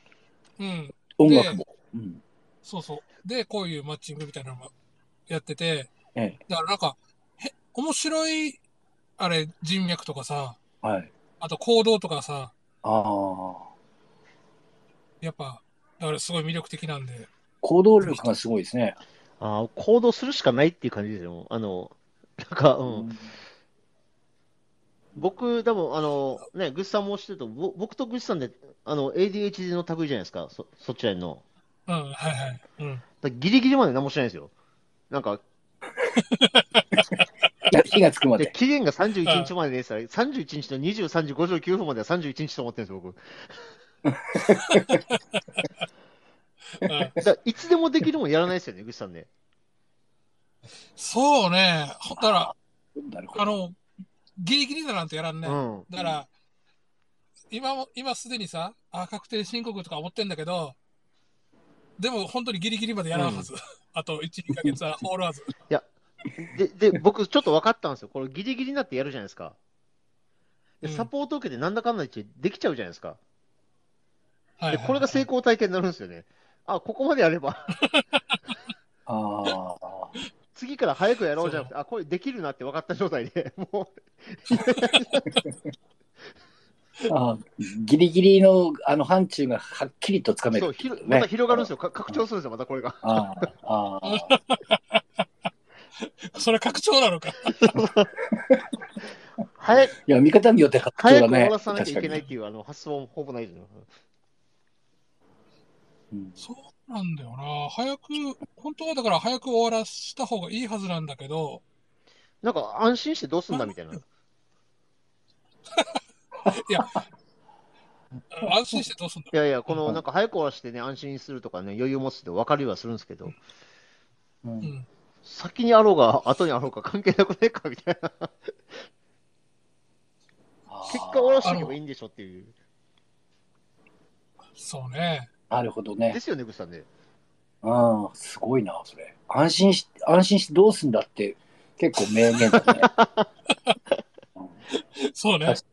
うん。音楽も。うん。そうそう。で、こういうマッチングみたいなのもやってて、ええだからなんか、へ、面白い、あれ、人脈とかさ、はい。あと行動とかさ、ああ。やっぱ、だからすごい魅力的なんで。行動力がすごいですね。あー行動するしかないっていう感じですよ、あのなんか、ううん、。僕、多分あのね、ぐっさんも知ってると、ぼ僕とぐっさんであの ADHD の類じゃないですか、そそっちらへんの。うん、はいはい。うん。だからギリギリまで何もしないんですよ。なんか、火がつくまでで。期限が31日までですから、31日の23時59分までは31日と思ってるんですよ、僕。うんだからいつでもできるもんやらないですよね、ぐっさんね。そうね。ほだから、なるほあど。の、ギリギリだなんてやらんね。うん。だから、今も、今すでにさ、あ、確定申告とか思ってんだけど、でも本当にギリギリまでやらんはず。 あと1、2ヶ月はホールはず。で、で、僕、ちょっと分かったんですよ。これ、ギリギリになってやるじゃないですか。で、うんサポート受けて、なんだかんだ言ってできちゃうじゃないですか。はい、で、これが成正功体験になるんですよね。あ、ここまでやれば、 ああ。次から早くやろうじゃなくて、あ、これできるなって分かった状態で、 もう、あギリギリのあの範疇がはっきりとつかめるそう、ひろまた広がるんですよ。か拡張するんですよ、またこれが。ああああそれ拡張なのか。早く、いや見方によって拡張早くだ 終わねらさなきゃいけないっ確ていう、あの、発想もほぼないじゃん。うんそうなんだよな。早く、本当はだから早く終わらした方がいいはずなんだけど、なんか安心してどうすんだみたいな。安心してどうすんだいやいや、このうんなんか早く終わらしてね、安心するとかね、余裕持つって分かるようはするんですけど、ううんん。先にあろうが、後にあろうが関係なくね えかみたいな、結果終わらしておけばいいんでしょっていう。そうね。なるほどでね。すよね、グッさんね。うん、すごいな、それ。安心し、安心してどうすんだって、結構名言だ ね。うんそうね確。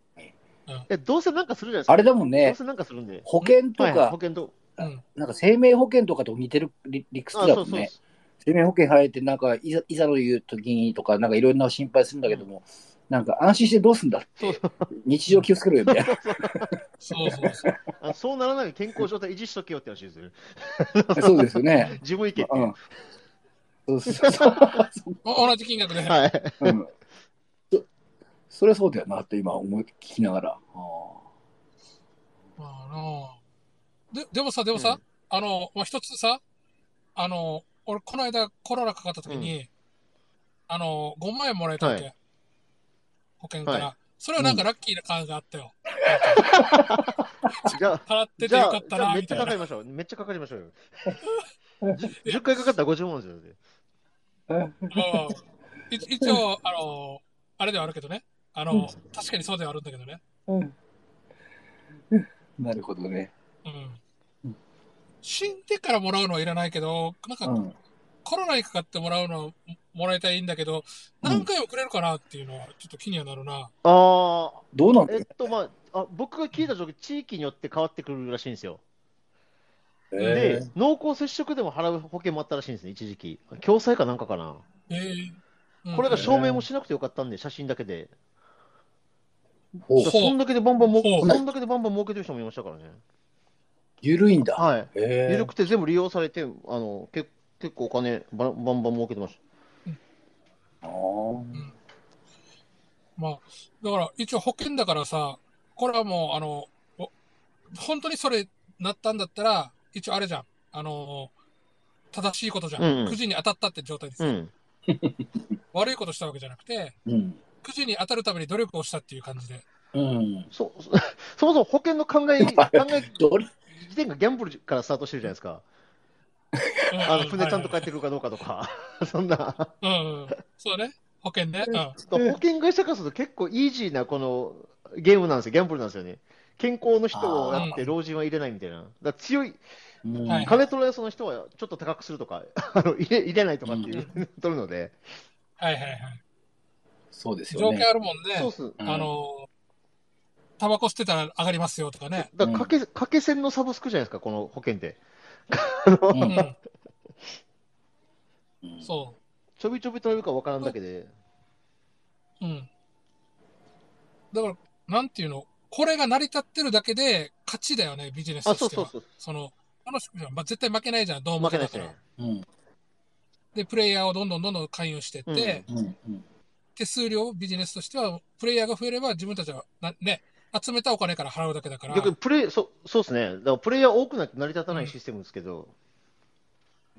え、どうせなんかするじゃないですか。あれだもんどうね、せなんかするんで。保険とはいはいか保、険と。うん。なんか生命保険とかと似てる理理屈あ、だそもうんそうね。。生命保険入って、なんかいざ、いざの言うときにとか、なんかいろんな心配するんだけども、なんか安心してどうすんだって、日常気をつけろよみたいな。そうそうそう。あそうならないように健康状態維持しとけよって話ですよね。 そうですよね。自分意見ってういう。ん。そうそうそう。お同じ金額で。はい。うんそそれはそうだよなって今思い聞きながら。あまあなで、でもさ、でもうさん、あの、まあ、一つさ、あの、俺、この間コロナかかった時に、あの、5万円もらえたわけ。は保険から、はそれはなんかラッキーな感があったよ。じゃあ、払っててじゃよかあっ、じたゃあな、めっみちたゃいかかな。りましょう。めっちゃかかりましょうよ。10回かかったら50万ですよ。だってあうんい一応、あの、あれではあるけどね。あうんの、確かにそうではあるんだけどね。うんなるほどね。うんうん。死んでからもらうのはいらないけど、なんかうん、コロナにかかってもらうのもらいたいんだけど、うん何回もくれるかなっていうのはちょっと気にはなるな。ああ、どうなんだえろっと、まあ、あ僕が聞いた状況、地域によって変わってくるらしいんですよ。うえで、濃厚接触でも払う保険もあったらしいんですね、一時期。共済かなんかかな。えーうんこれが証明もしなくてよかったんで、写真だけで。おうそんだけでバンバンも、ほそうんだけでバンバン儲けてる人もいましたからね。ゆるいんだ。はい。え緩くて全部利用されて、あの、け結構お金バンバンバン儲けてましあーまあ、だから一応保険だからさ、これはもう、あの、お本当にそれなったんだったら、一応あれじゃん。あの、正しいことじゃん。うんうんくじに当たったって状態ですた。よ、うん。悪いことしたわけじゃなくて、うん。くじに当たるために努力をしたっていう感じで。うん。そ、 そそもそも保険の考え、考えどれ時点がギャンブルからスタートしてるじゃないですか。うあの、船ちゃんと帰かってくるかどうかとか。 そんな。うんうん。そうね。保険ね。うん。保険会社からすると結構イージーなこのゲームなんですよ、ギャンブルなんですよね。健康の人をやって老人は入れないみたいな。だから強い、うんはい金取られそうな人はちょっと高くするとか、 あの入れ入れないとかっていう、 取るので。はいはいはい。そうです条よね件。あるもんそうっね。す。うんあ、の、タバコ捨てたら上がりますよとかね。だから掛け、掛け線のサブスクじゃないですか、この保険って。ううんん。うんそちょびちょび取れるかわからんだけで。う。うん。だから、なんていうの、これが成り立ってるだけで勝ちだよね、ビジネスあ、とそうしてそうは。そう。その、楽しくじゃん。まあ、絶対負けないじゃん、どうも負けないですね。うんで、プレイヤーをどんどんどんどん関与してって、うんうんうん手数料をビジネスとしては、プレイヤーが増えれば自分たちはな、ね、集めたお金から払うだけだから。逆にプレイ、そそうですね。だからプレイヤー多くなって成り立たないシステムですけど。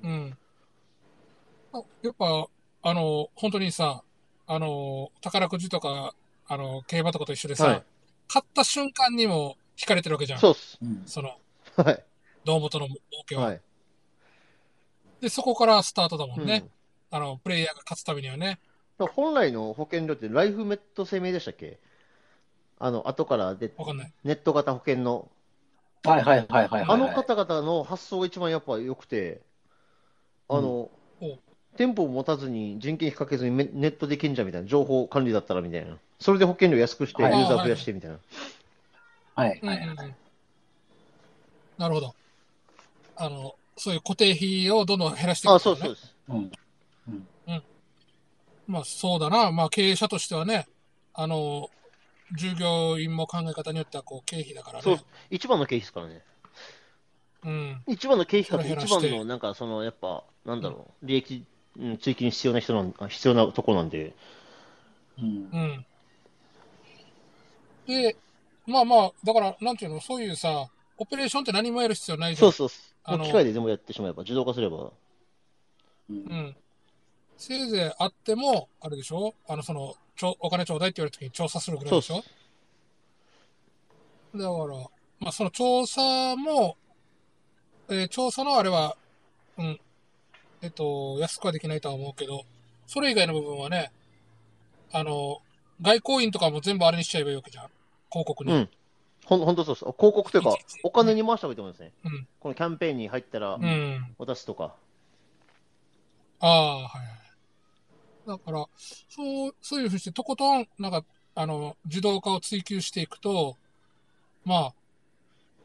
うん。あやっぱ、あの、本当にさ、あの、宝くじとか、あの、競馬とかと一緒でさ、はい買った瞬間にも引かれてるわけじゃん。そうっす。うんその、はい。胴元の儲けは、はい。で、そこからスタートだもんうんね。あの、プレイヤーが勝つためにはね。だから本来の保険料ってライフメット生命でしたっけあの、後からでわかんない。ネット型保険の。はいはいはいはいはい。あの方々の発想が一番やっぱ良くて、あのうんお、店舗を持たずに人件費かけずにめネットできんじゃんみたいな、情報管理だったらみたいな。それで保険料安くして、ユはいーザー増やしてみたいな。はいうんはういはいんうん。なるほど。あの、そういう固定費をどんどん減らしていく、あ、そうですそう。です。うんまあそうだな、まあ経営者としてはね、あの、従業員も考え方によってはこう経費だからね。そう一番の経費ですからね。うん。一番の経費かそれ減ら一して番の、なんかその、やっぱ、なんだろう、利益、うん、追求に必要な人なん、あ必要なとこなんで。うんうん。で、まあまあ、だから、なんていうの、そういうさ、オペレーションって何もやる必要ないじゃそん。うそう。もう機械で全部やってしまえば、自動化すれば。うん。せいぜいあっても、あれでしょあの、その、ちょお金ちょうだいって言われた時に調査するぐらいでしょそうだから、まあ、その調査も、えー調査のあれは、うん、えっと、安くはできないとは思うけど、それ以外の部分はね、あの、外交員とかも全部あれにしちゃえばいいわけじゃん。広告に。うんほんほんとそうそう。広告というかいちいち、お金に回した方がいいと思いますね。うんこのキャンペーンに入ったらう、ん。渡すとか。ああ、はいはい。だから、そう、そういうふうにして、とことん、なんか、あの、自動化を追求していくと、ま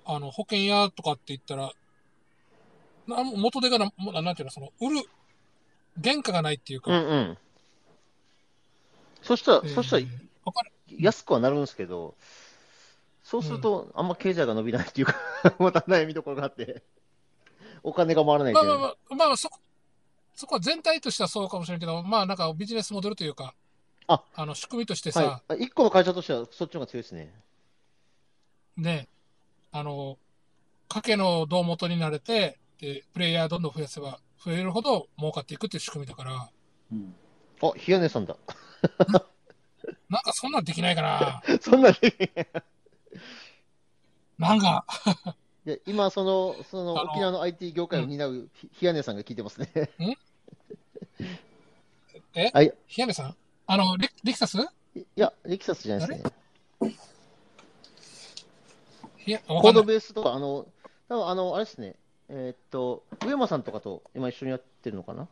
あ、あの、保険屋とかって言ったら、な元手がな、もななんていうの、その、売る、原価がないっていううんか、うん。そしたら、えーそしたら、わかる。安くはなるんですけど、そうすると、あんま経済が伸びないっていうか、 また悩みどころがあって、お金が回らないまとあいうまあまあ、まあ、そこ、そこは全体としてはそうかもしれんけど、まあなんかビジネスモデルというか、あの、仕組みとしてさ、はい、1個の会社としては、そっちの方が強いですね。ね、あの、賭けの胴元になれて、で、プレイヤーどんどん増やせば、増えるほど儲かっていくっていう仕組みだから、うんあ、ヒアネさんだ。なんかそんなんできないか な。そんなに。いなんか、や今、その、そのあの沖縄の IT 業界を担うひヒアネさんが聞いてますね。 ひやめさんあの、レレクサスいや、レキサスじゃないですね。ひや、わコかーんなドい。ベースとか、あの、多分あの、あれですね。えーっと、上間さんとかと今一緒にやってるのかな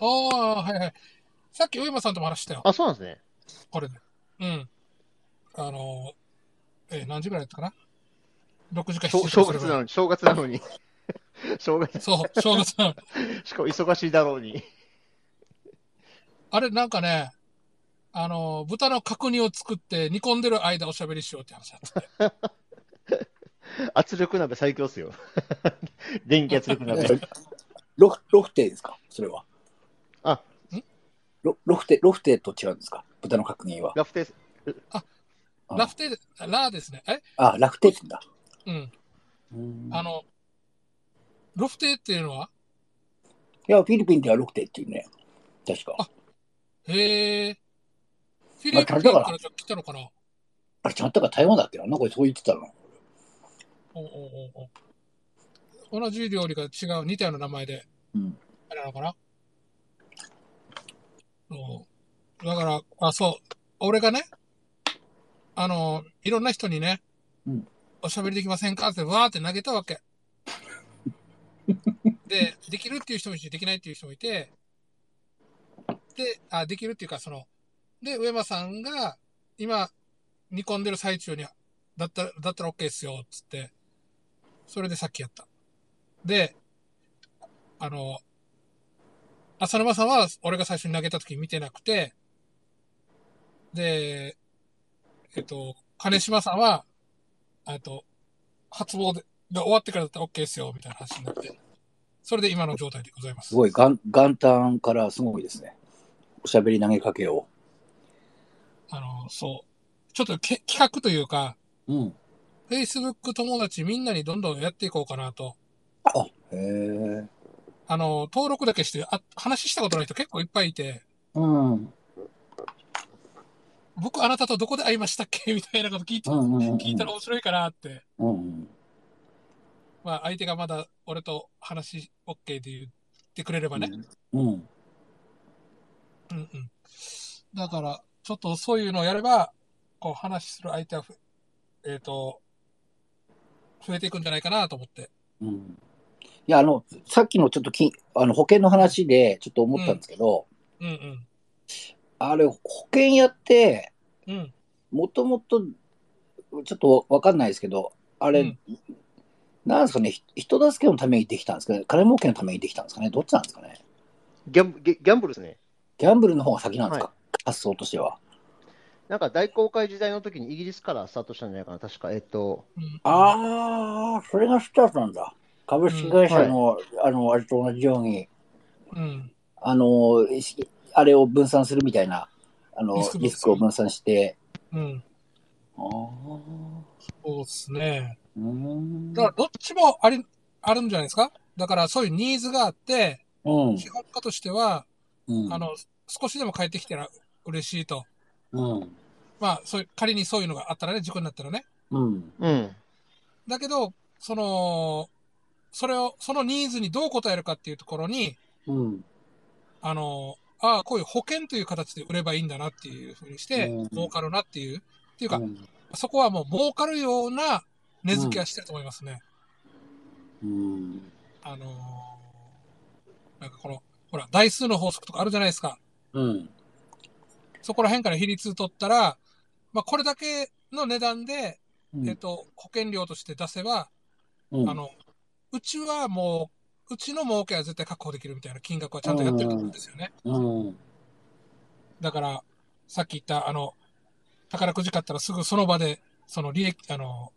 ああ、はいはい。さっき上間さんとも話したよ。あ、そうなんですね。これで。うん。あの、えー何時ぐらいだったかな ?6 時かしょ7時正かそれ月ぐならいのに、正月なのに。正 月、そう、正月なのにしかも忙しいだろうに。あれ、なんかね、あの、豚の角煮を作って煮込んでる間おしゃべりしようって話だった。圧力鍋最強っすよ。 電気圧 力鍋。ロフロフテですかそれは。あんロロフテ、ロフテと違うんですか豚の確認は。ラフテース。あラフテ、ラーですね。えあ、ラフテって言うんだ。うん。ああの、ロフテっていうのはいや、フィリピンではロフテっていうね。確か。あへえ。フィリピンかまあらだからじゃあ来たのかなあれ、ちゃんとか台湾だっけななんかそう言ってたの。おうおうおうおう同じ料理が違う、似たような名前で、うん。あれなのかなそう。だから、あ、そう。俺がね、あの、いろんな人にね、うんおしゃべりできませんかって、わーって投げたわ け。で、できるっていう人もいて、できないっていう人もいて、で、あ、できるっていうか、その、で、上間さんが、今、煮込んでる最中に、だったら、だったら OK ですよ、つって、それでさっきやった。で、あの、浅沼さんは、俺が最初に投げた時見てなくて、で、えっと、金島さんは、えっと、発望で、が終わってからだったら OK ですよ、みたいな話になって、それで今の状態でございますす。ごい、元元旦からすごいですね。おしゃべり投げかけを。あの、そう。ちょっとけ企画というか、うん。 Facebook 友達みんなにどんどんやっていこうかなと。あ、へえ。あの、登録だけして、あ、話したことない人結構いっぱいいて、うん。うん僕あなたとどこで会いましたっけ みたいなこと聞いて、うんうんうん。聞いたら面白いかなって。うんうん。まあ、相手がまだ俺と話 OK で言ってくれればね。うん。うんうん。だから、ちょっとそういうのをやれば、こう話する相手はふ、えっ、と、増えていくんじゃないかなと思って。うん。いや、あの、さっきのちょっときあの保険の話でちょっと思ったんですけど、うんうん。あれ、保険やって、うん。もともと、ちょっとわかんないですけど、あれ、うんなんですかね、ひ人助けのためにできたんですかね、金儲けのためにできたんですかね、どっちなんですかね。ギャンブギャンブルですね。ギャンブルの方が先なんですか、は発想としては。なんか大航海時代の時にイギリスからスタートしたんじゃないかな、確か。えっと、うん、ああ、それがスタートなんだ。株式会社の、あの、あれと同じように、うん。あの、しあれを分散するみたいな、あのリスク、分散リスクを分散して。うん。あーそうですね。うん。だからどっちもあり、あるんじゃないですかだからそういうニーズがあって、うん。基本家としては、うんあ、の、少しでも帰ってきたら嬉しいと。うん。まあ、そういう、仮にそういうのがあったらね、事故になったらね。うん。うん。だけど、その、それを、そのニーズにどう応えるかっていうところに、うん。あの、ああ、こういう保険という形で売ればいいんだなっていうふうにしてうん、儲かるなっていう、っていうか、そこはもう儲かるような値付けはしてると思いますね。うん。あのーなんかこの、ほら、台数の法則とかあるじゃないですか。うん。そこら辺から比率取ったら、まあ、これだけの値段で、えっと、保険料として出せば、うん、あの、うちはもう、うちの儲けは絶対確保できるみたいな金額はちゃんとやってると思うんですよね。うん。だから、さっき言った、あの、宝くじ買ったらすぐその場で、その利益、あの、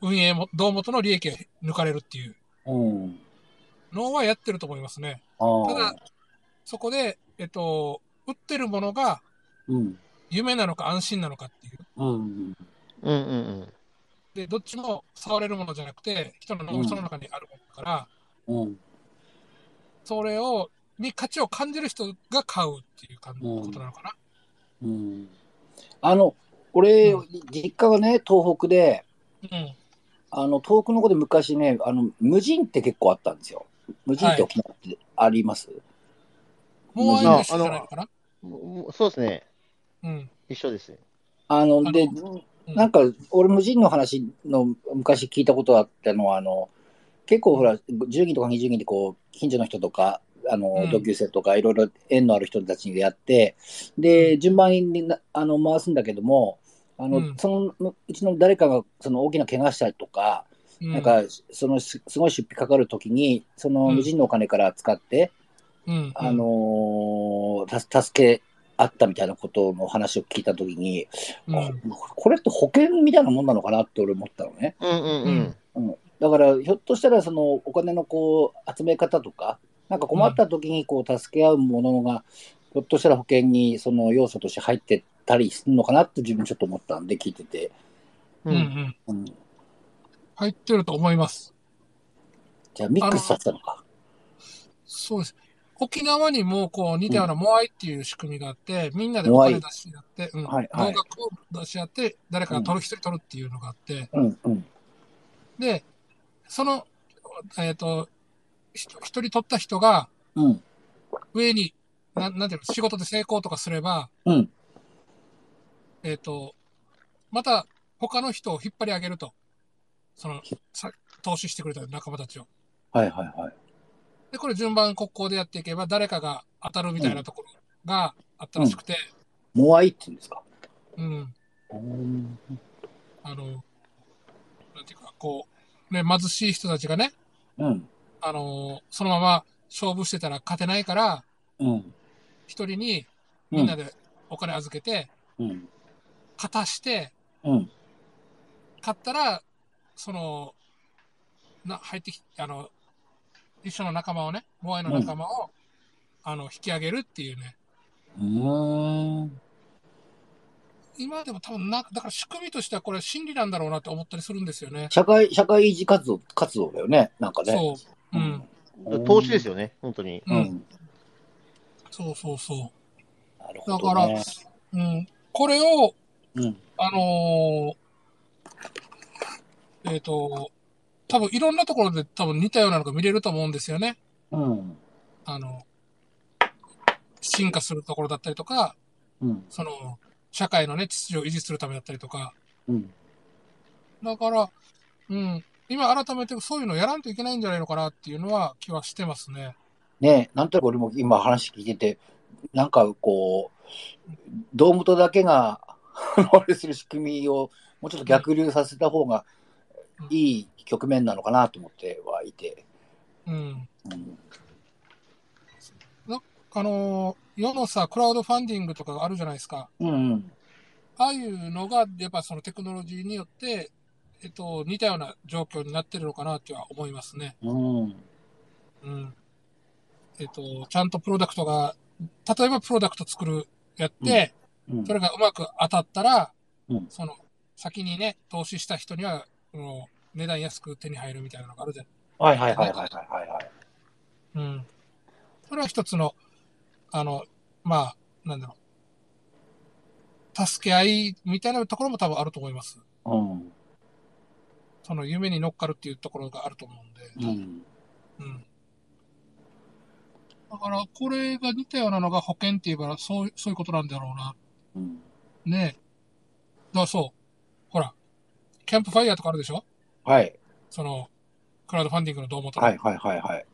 運営も、胴元の利益が抜かれるっていううん。のはやってると思いますね。あたあだ。、そこで、えっと、売ってるものがうん。夢なのか安心なのかっていう。ううん。んうんで、どっちも触れるものじゃなくて、人のうん人の中にあるものだから、うん。それを、に価値を感じる人が買うっていう感じうんことなのかな。うん。あの、俺、うん実家がね、東北で、うん。あの、東北の子で昔ね、あの、無人って結構あったんですよ。無人って沖縄ってあります、もうああいうのしかないのかな。うんもも。そうですね。うん。一緒ですね。あの、あで、のうんなんか、俺、無人の話の昔聞いたことあったのは、あの、結構ほら、10人とか20人でこう、近所の人とか、あの、うん同級生とか、いろいろ縁のある人たちにやって、で、順番になあの回すんだけども、あの、うんそのうちの誰かがその大きな怪我したりとか、うんなんか、そのすすごい出費かかるときに、そのうん無人のお金から使って、うん。あのーた助け合ったみたいなことの話を聞いたときに、うん、ここれって保険みたいなもんなのかなって俺思ったのね。うんうんううんん。だからひょっとしたらそのお金のこう集め方とか、なんか困った時にこう助け合うものが、ひょっとしたら保険にその要素として入ってたりするのかなって自分ちょっと思ったんで聞いてて。うん、うん。うん、入ってると思います。じゃあミックスさせたのか。そうです。沖縄にもこう似たようなモアイっていう仕組みがあって、みんなでお金出し合って、うん。はいは農い学を出し合って、誰かが取る、一人取るっていうのがあって、うんうんで、その、えっ、と、ひと一人取った人がうん上に、なんなんていうの、仕事で成功とかすれば、うんえっ、と、また他の人を引っ張り上げると。その、さ投資してくれた仲間たちを。はいはいはい。で、これ順番国交でやっていけば、誰かが当たるみたいなところがあったらしくて、モアイって言うんですか。うん、うんあの、なんていうか、こう、ね、貧しい人たちがね、うんあのそのまま勝負してたら勝てないから、うん一人にうみんなんでお金預けて、うん勝たして、うん勝ったら、その、な、入ってき、あの、一緒の仲間をね、モアイの仲間を、あの、引き上げるっていうね、うん今でも多分な、だから仕組みとしてはこれ真理なんだろうなって思ったりするんですよね。社会社会維持活動活動だよねなんかね。そう。うん。投資ですよね、本当に。う。うんん。そうそうそなるう。だほかど、ね。ら、うん。これを、うんあのーえっ、と、多分いろんなところで多分似たようなのが見れると思うんですよね。うんあの、進化するところだったりとか、うんその、社会のね、秩序を維持するためだったりとか。うんだから、うん。今改めてそういうのやらんといけないんじゃないのかなっていうのは気はしてますね。ねえなんとなく俺も今話聞いててなんかこう堂本だけが あれする仕組みをもうちょっと逆流させた方がいい局面なのかなと思ってはいて。うん。うんあのー世のさ、クラウドファンディングとかがあるじゃないですか。うんああいうのが、やっぱそのテクノロジーによって、えっと、似たような状況になってるのかなっては思いますね。うんうん。えっと、ちゃんとプロダクトが、例えばプロダクト作る、やって、うんそれがうまく当たったら、うんその、先にね、投資した人には、この値段安く手に入るみたいなのがあるじゃん。はいはいはいはいはいはい。うん。それは一つの、あの、まあ、なんだろう。助け合いみたいなところも多分あると思います。うん。その夢に乗っかるっていうところがあると思うんで。うん。うん。だから、これが似たようなのが保険って言えば、そう、そういうことなんだろうな。うん。ねえ。だからそう。ほら、キャンプファイヤーとかあるでしょはい。その、クラウドファンディングのどうもとか。はいはいはいはい。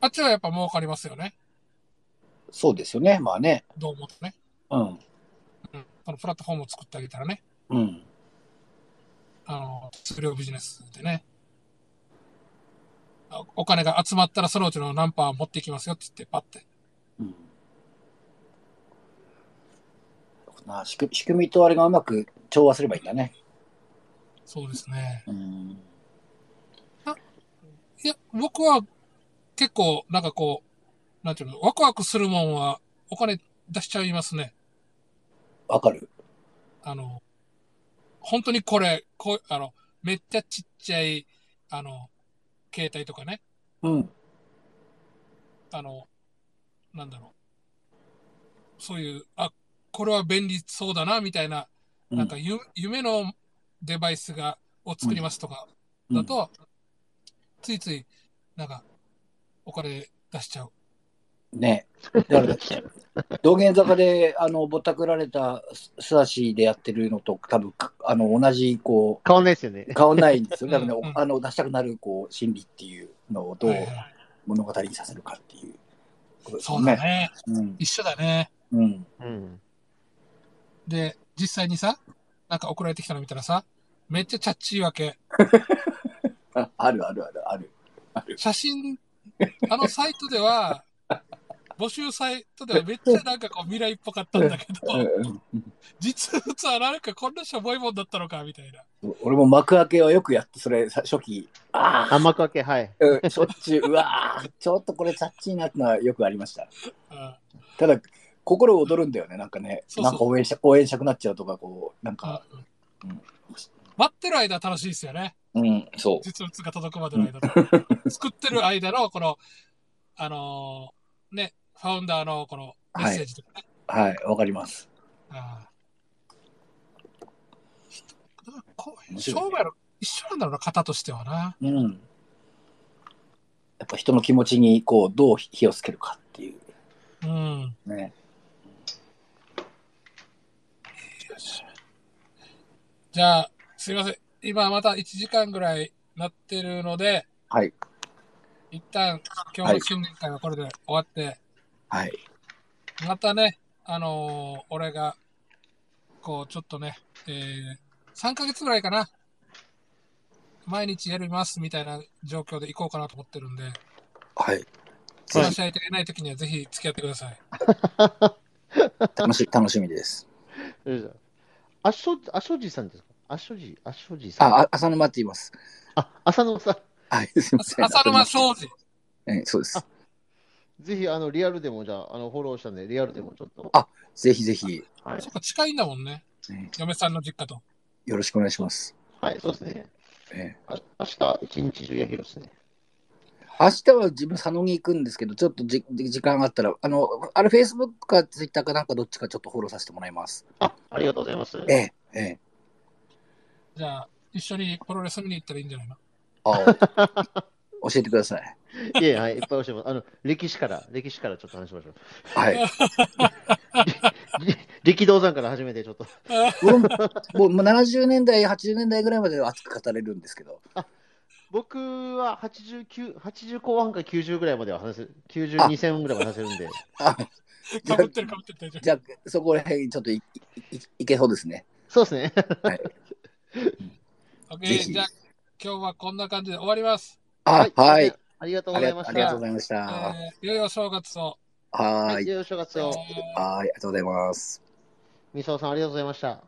あっちはやっぱ儲かりますよね。そうですよね。まあね。どうもとね。うん。うん。そのプラットフォームを作ってあげたらね。うん。あの、数量ビジネスでね。あお金が集まったらそのうちの何パー持っていきますよって言って、パッて。うんな仕組仕組みとあれがうまく調和すればいいんだね。そうですね。うん。いや、僕は結構、なんかこう、なんていうの、ワクワクするもんはお金出しちゃいますね。わかる。あの、本当にこれ、こう、あの、めっちゃちっちゃい、あの、携帯とかね、うん。あの、なんだろう。そういう、あ、これは便利そうだな、みたいな、うんなんかゆ、夢のデバイスが、を作りますとか、うだんと、ついつい、なんか、お金出しちゃう。ね だから、道玄坂で、あの、ぼったくられたす素足でやってるのと、多分かあの、同じ、こ変わんないですよねう、。変わんないんですよ。だからね、うんうんおあの、出したくなる、こう、心理っていうのをどうはいはい物語にさせるかっていうことですそようだ。ね。うん。一緒だね。うん。うん。で、実際にさ、なんか送られてきたの見たらさ、めっちゃチャッチいわけ。ああるあるあるある。ある。写真、あのサイトでは、募集サイトではめっちゃなんかこう未来っぽかったんだけど、うん実物はなんかこんなしょぼいもんだったのかみたいな。俺も幕開けはよくやって、それ、さ初期、ああ、甘く開け、はい。うん、しょっちゅう、うわーちょっとこれ、チャッチーなってのはよくありました。あただ、心躍るんだよね、なんかね、そうそうなんか応援した応援したくなっちゃうとか、こう、なんあか、うん待ってる間楽しいですよね。うん、そ実物が届くまでの 間と。作ってる間のこの、あのーね、ファウンダーのこのメッセージとかね。う、はい、わかります。ああ。だからこう面生白いね涯の一緒なんだろうな、型としてはな。うん。やっぱ人の気持ちに、こう、どう火をつけるかっていう、うん。ね。じゃあ、すいません。今また1時間ぐらいなってるので、はい、一旦今日の新年会はこれで終わって、はい、またね、あのー俺が、こう、ちょっとね、えー、3ヶ月ぐらいかな。毎日やりますみたいな状況で行こうかなと思ってるんで、はい。話し相手がいない時にはぜひ付き合ってください。楽し楽しみです。あしょ、あしょじさんですかあしょじ、あしょじさん。あ、あ浅沼って言います。あ、浅野さん。はい、すいません。浅沼庄司。えそうです。ぜひ、あの、リアルでも、じゃあ、あの、フォローしたんで、リアルでもちょっと。あぜひぜひ、はいそ。っか、近いんだもんね。ね嫁さんの実家と。よろしくお願いします。はい、そうですね。えあ明日、一日中やりますね。明日は自分、佐野に行くんですけど、ちょっとじじ時間があったら、あの、あれ、Facebook か Twitter かなんかどっちかちょっとフォローさせてもらいます。あ、ありがとうございます。ええ、ええ。じゃあ、一緒にプロレス見に行ったらいいんじゃないのあ 教えてください。いえ、はい、いっぱい教えます。あの、歴史から、歴史からちょっと話しましょう。はい。り力道山から始めて、ちょっと。俺ももうもう70年代、80年代ぐらいまでは熱く語れるんですけど、僕は89、80後半から90ぐらいまでは話せる。92、0ぐらいまで話せるんで。あじかゃぶってるかぶってる大丈じゃあ、そこら辺ちょっといいいいけそうですね。そうですね。夫。オッケぜひー、じゃあ、今日はこんな感じで終わります。あ、は。すいません。ありがとうあごりざいました。がありがとうございましえた。ー、良いお正月を。は。はいい、よろしくお願いします。はい、ありがとうございます。みさおさん、ありがとうございました。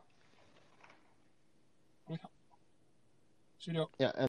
終了。いや、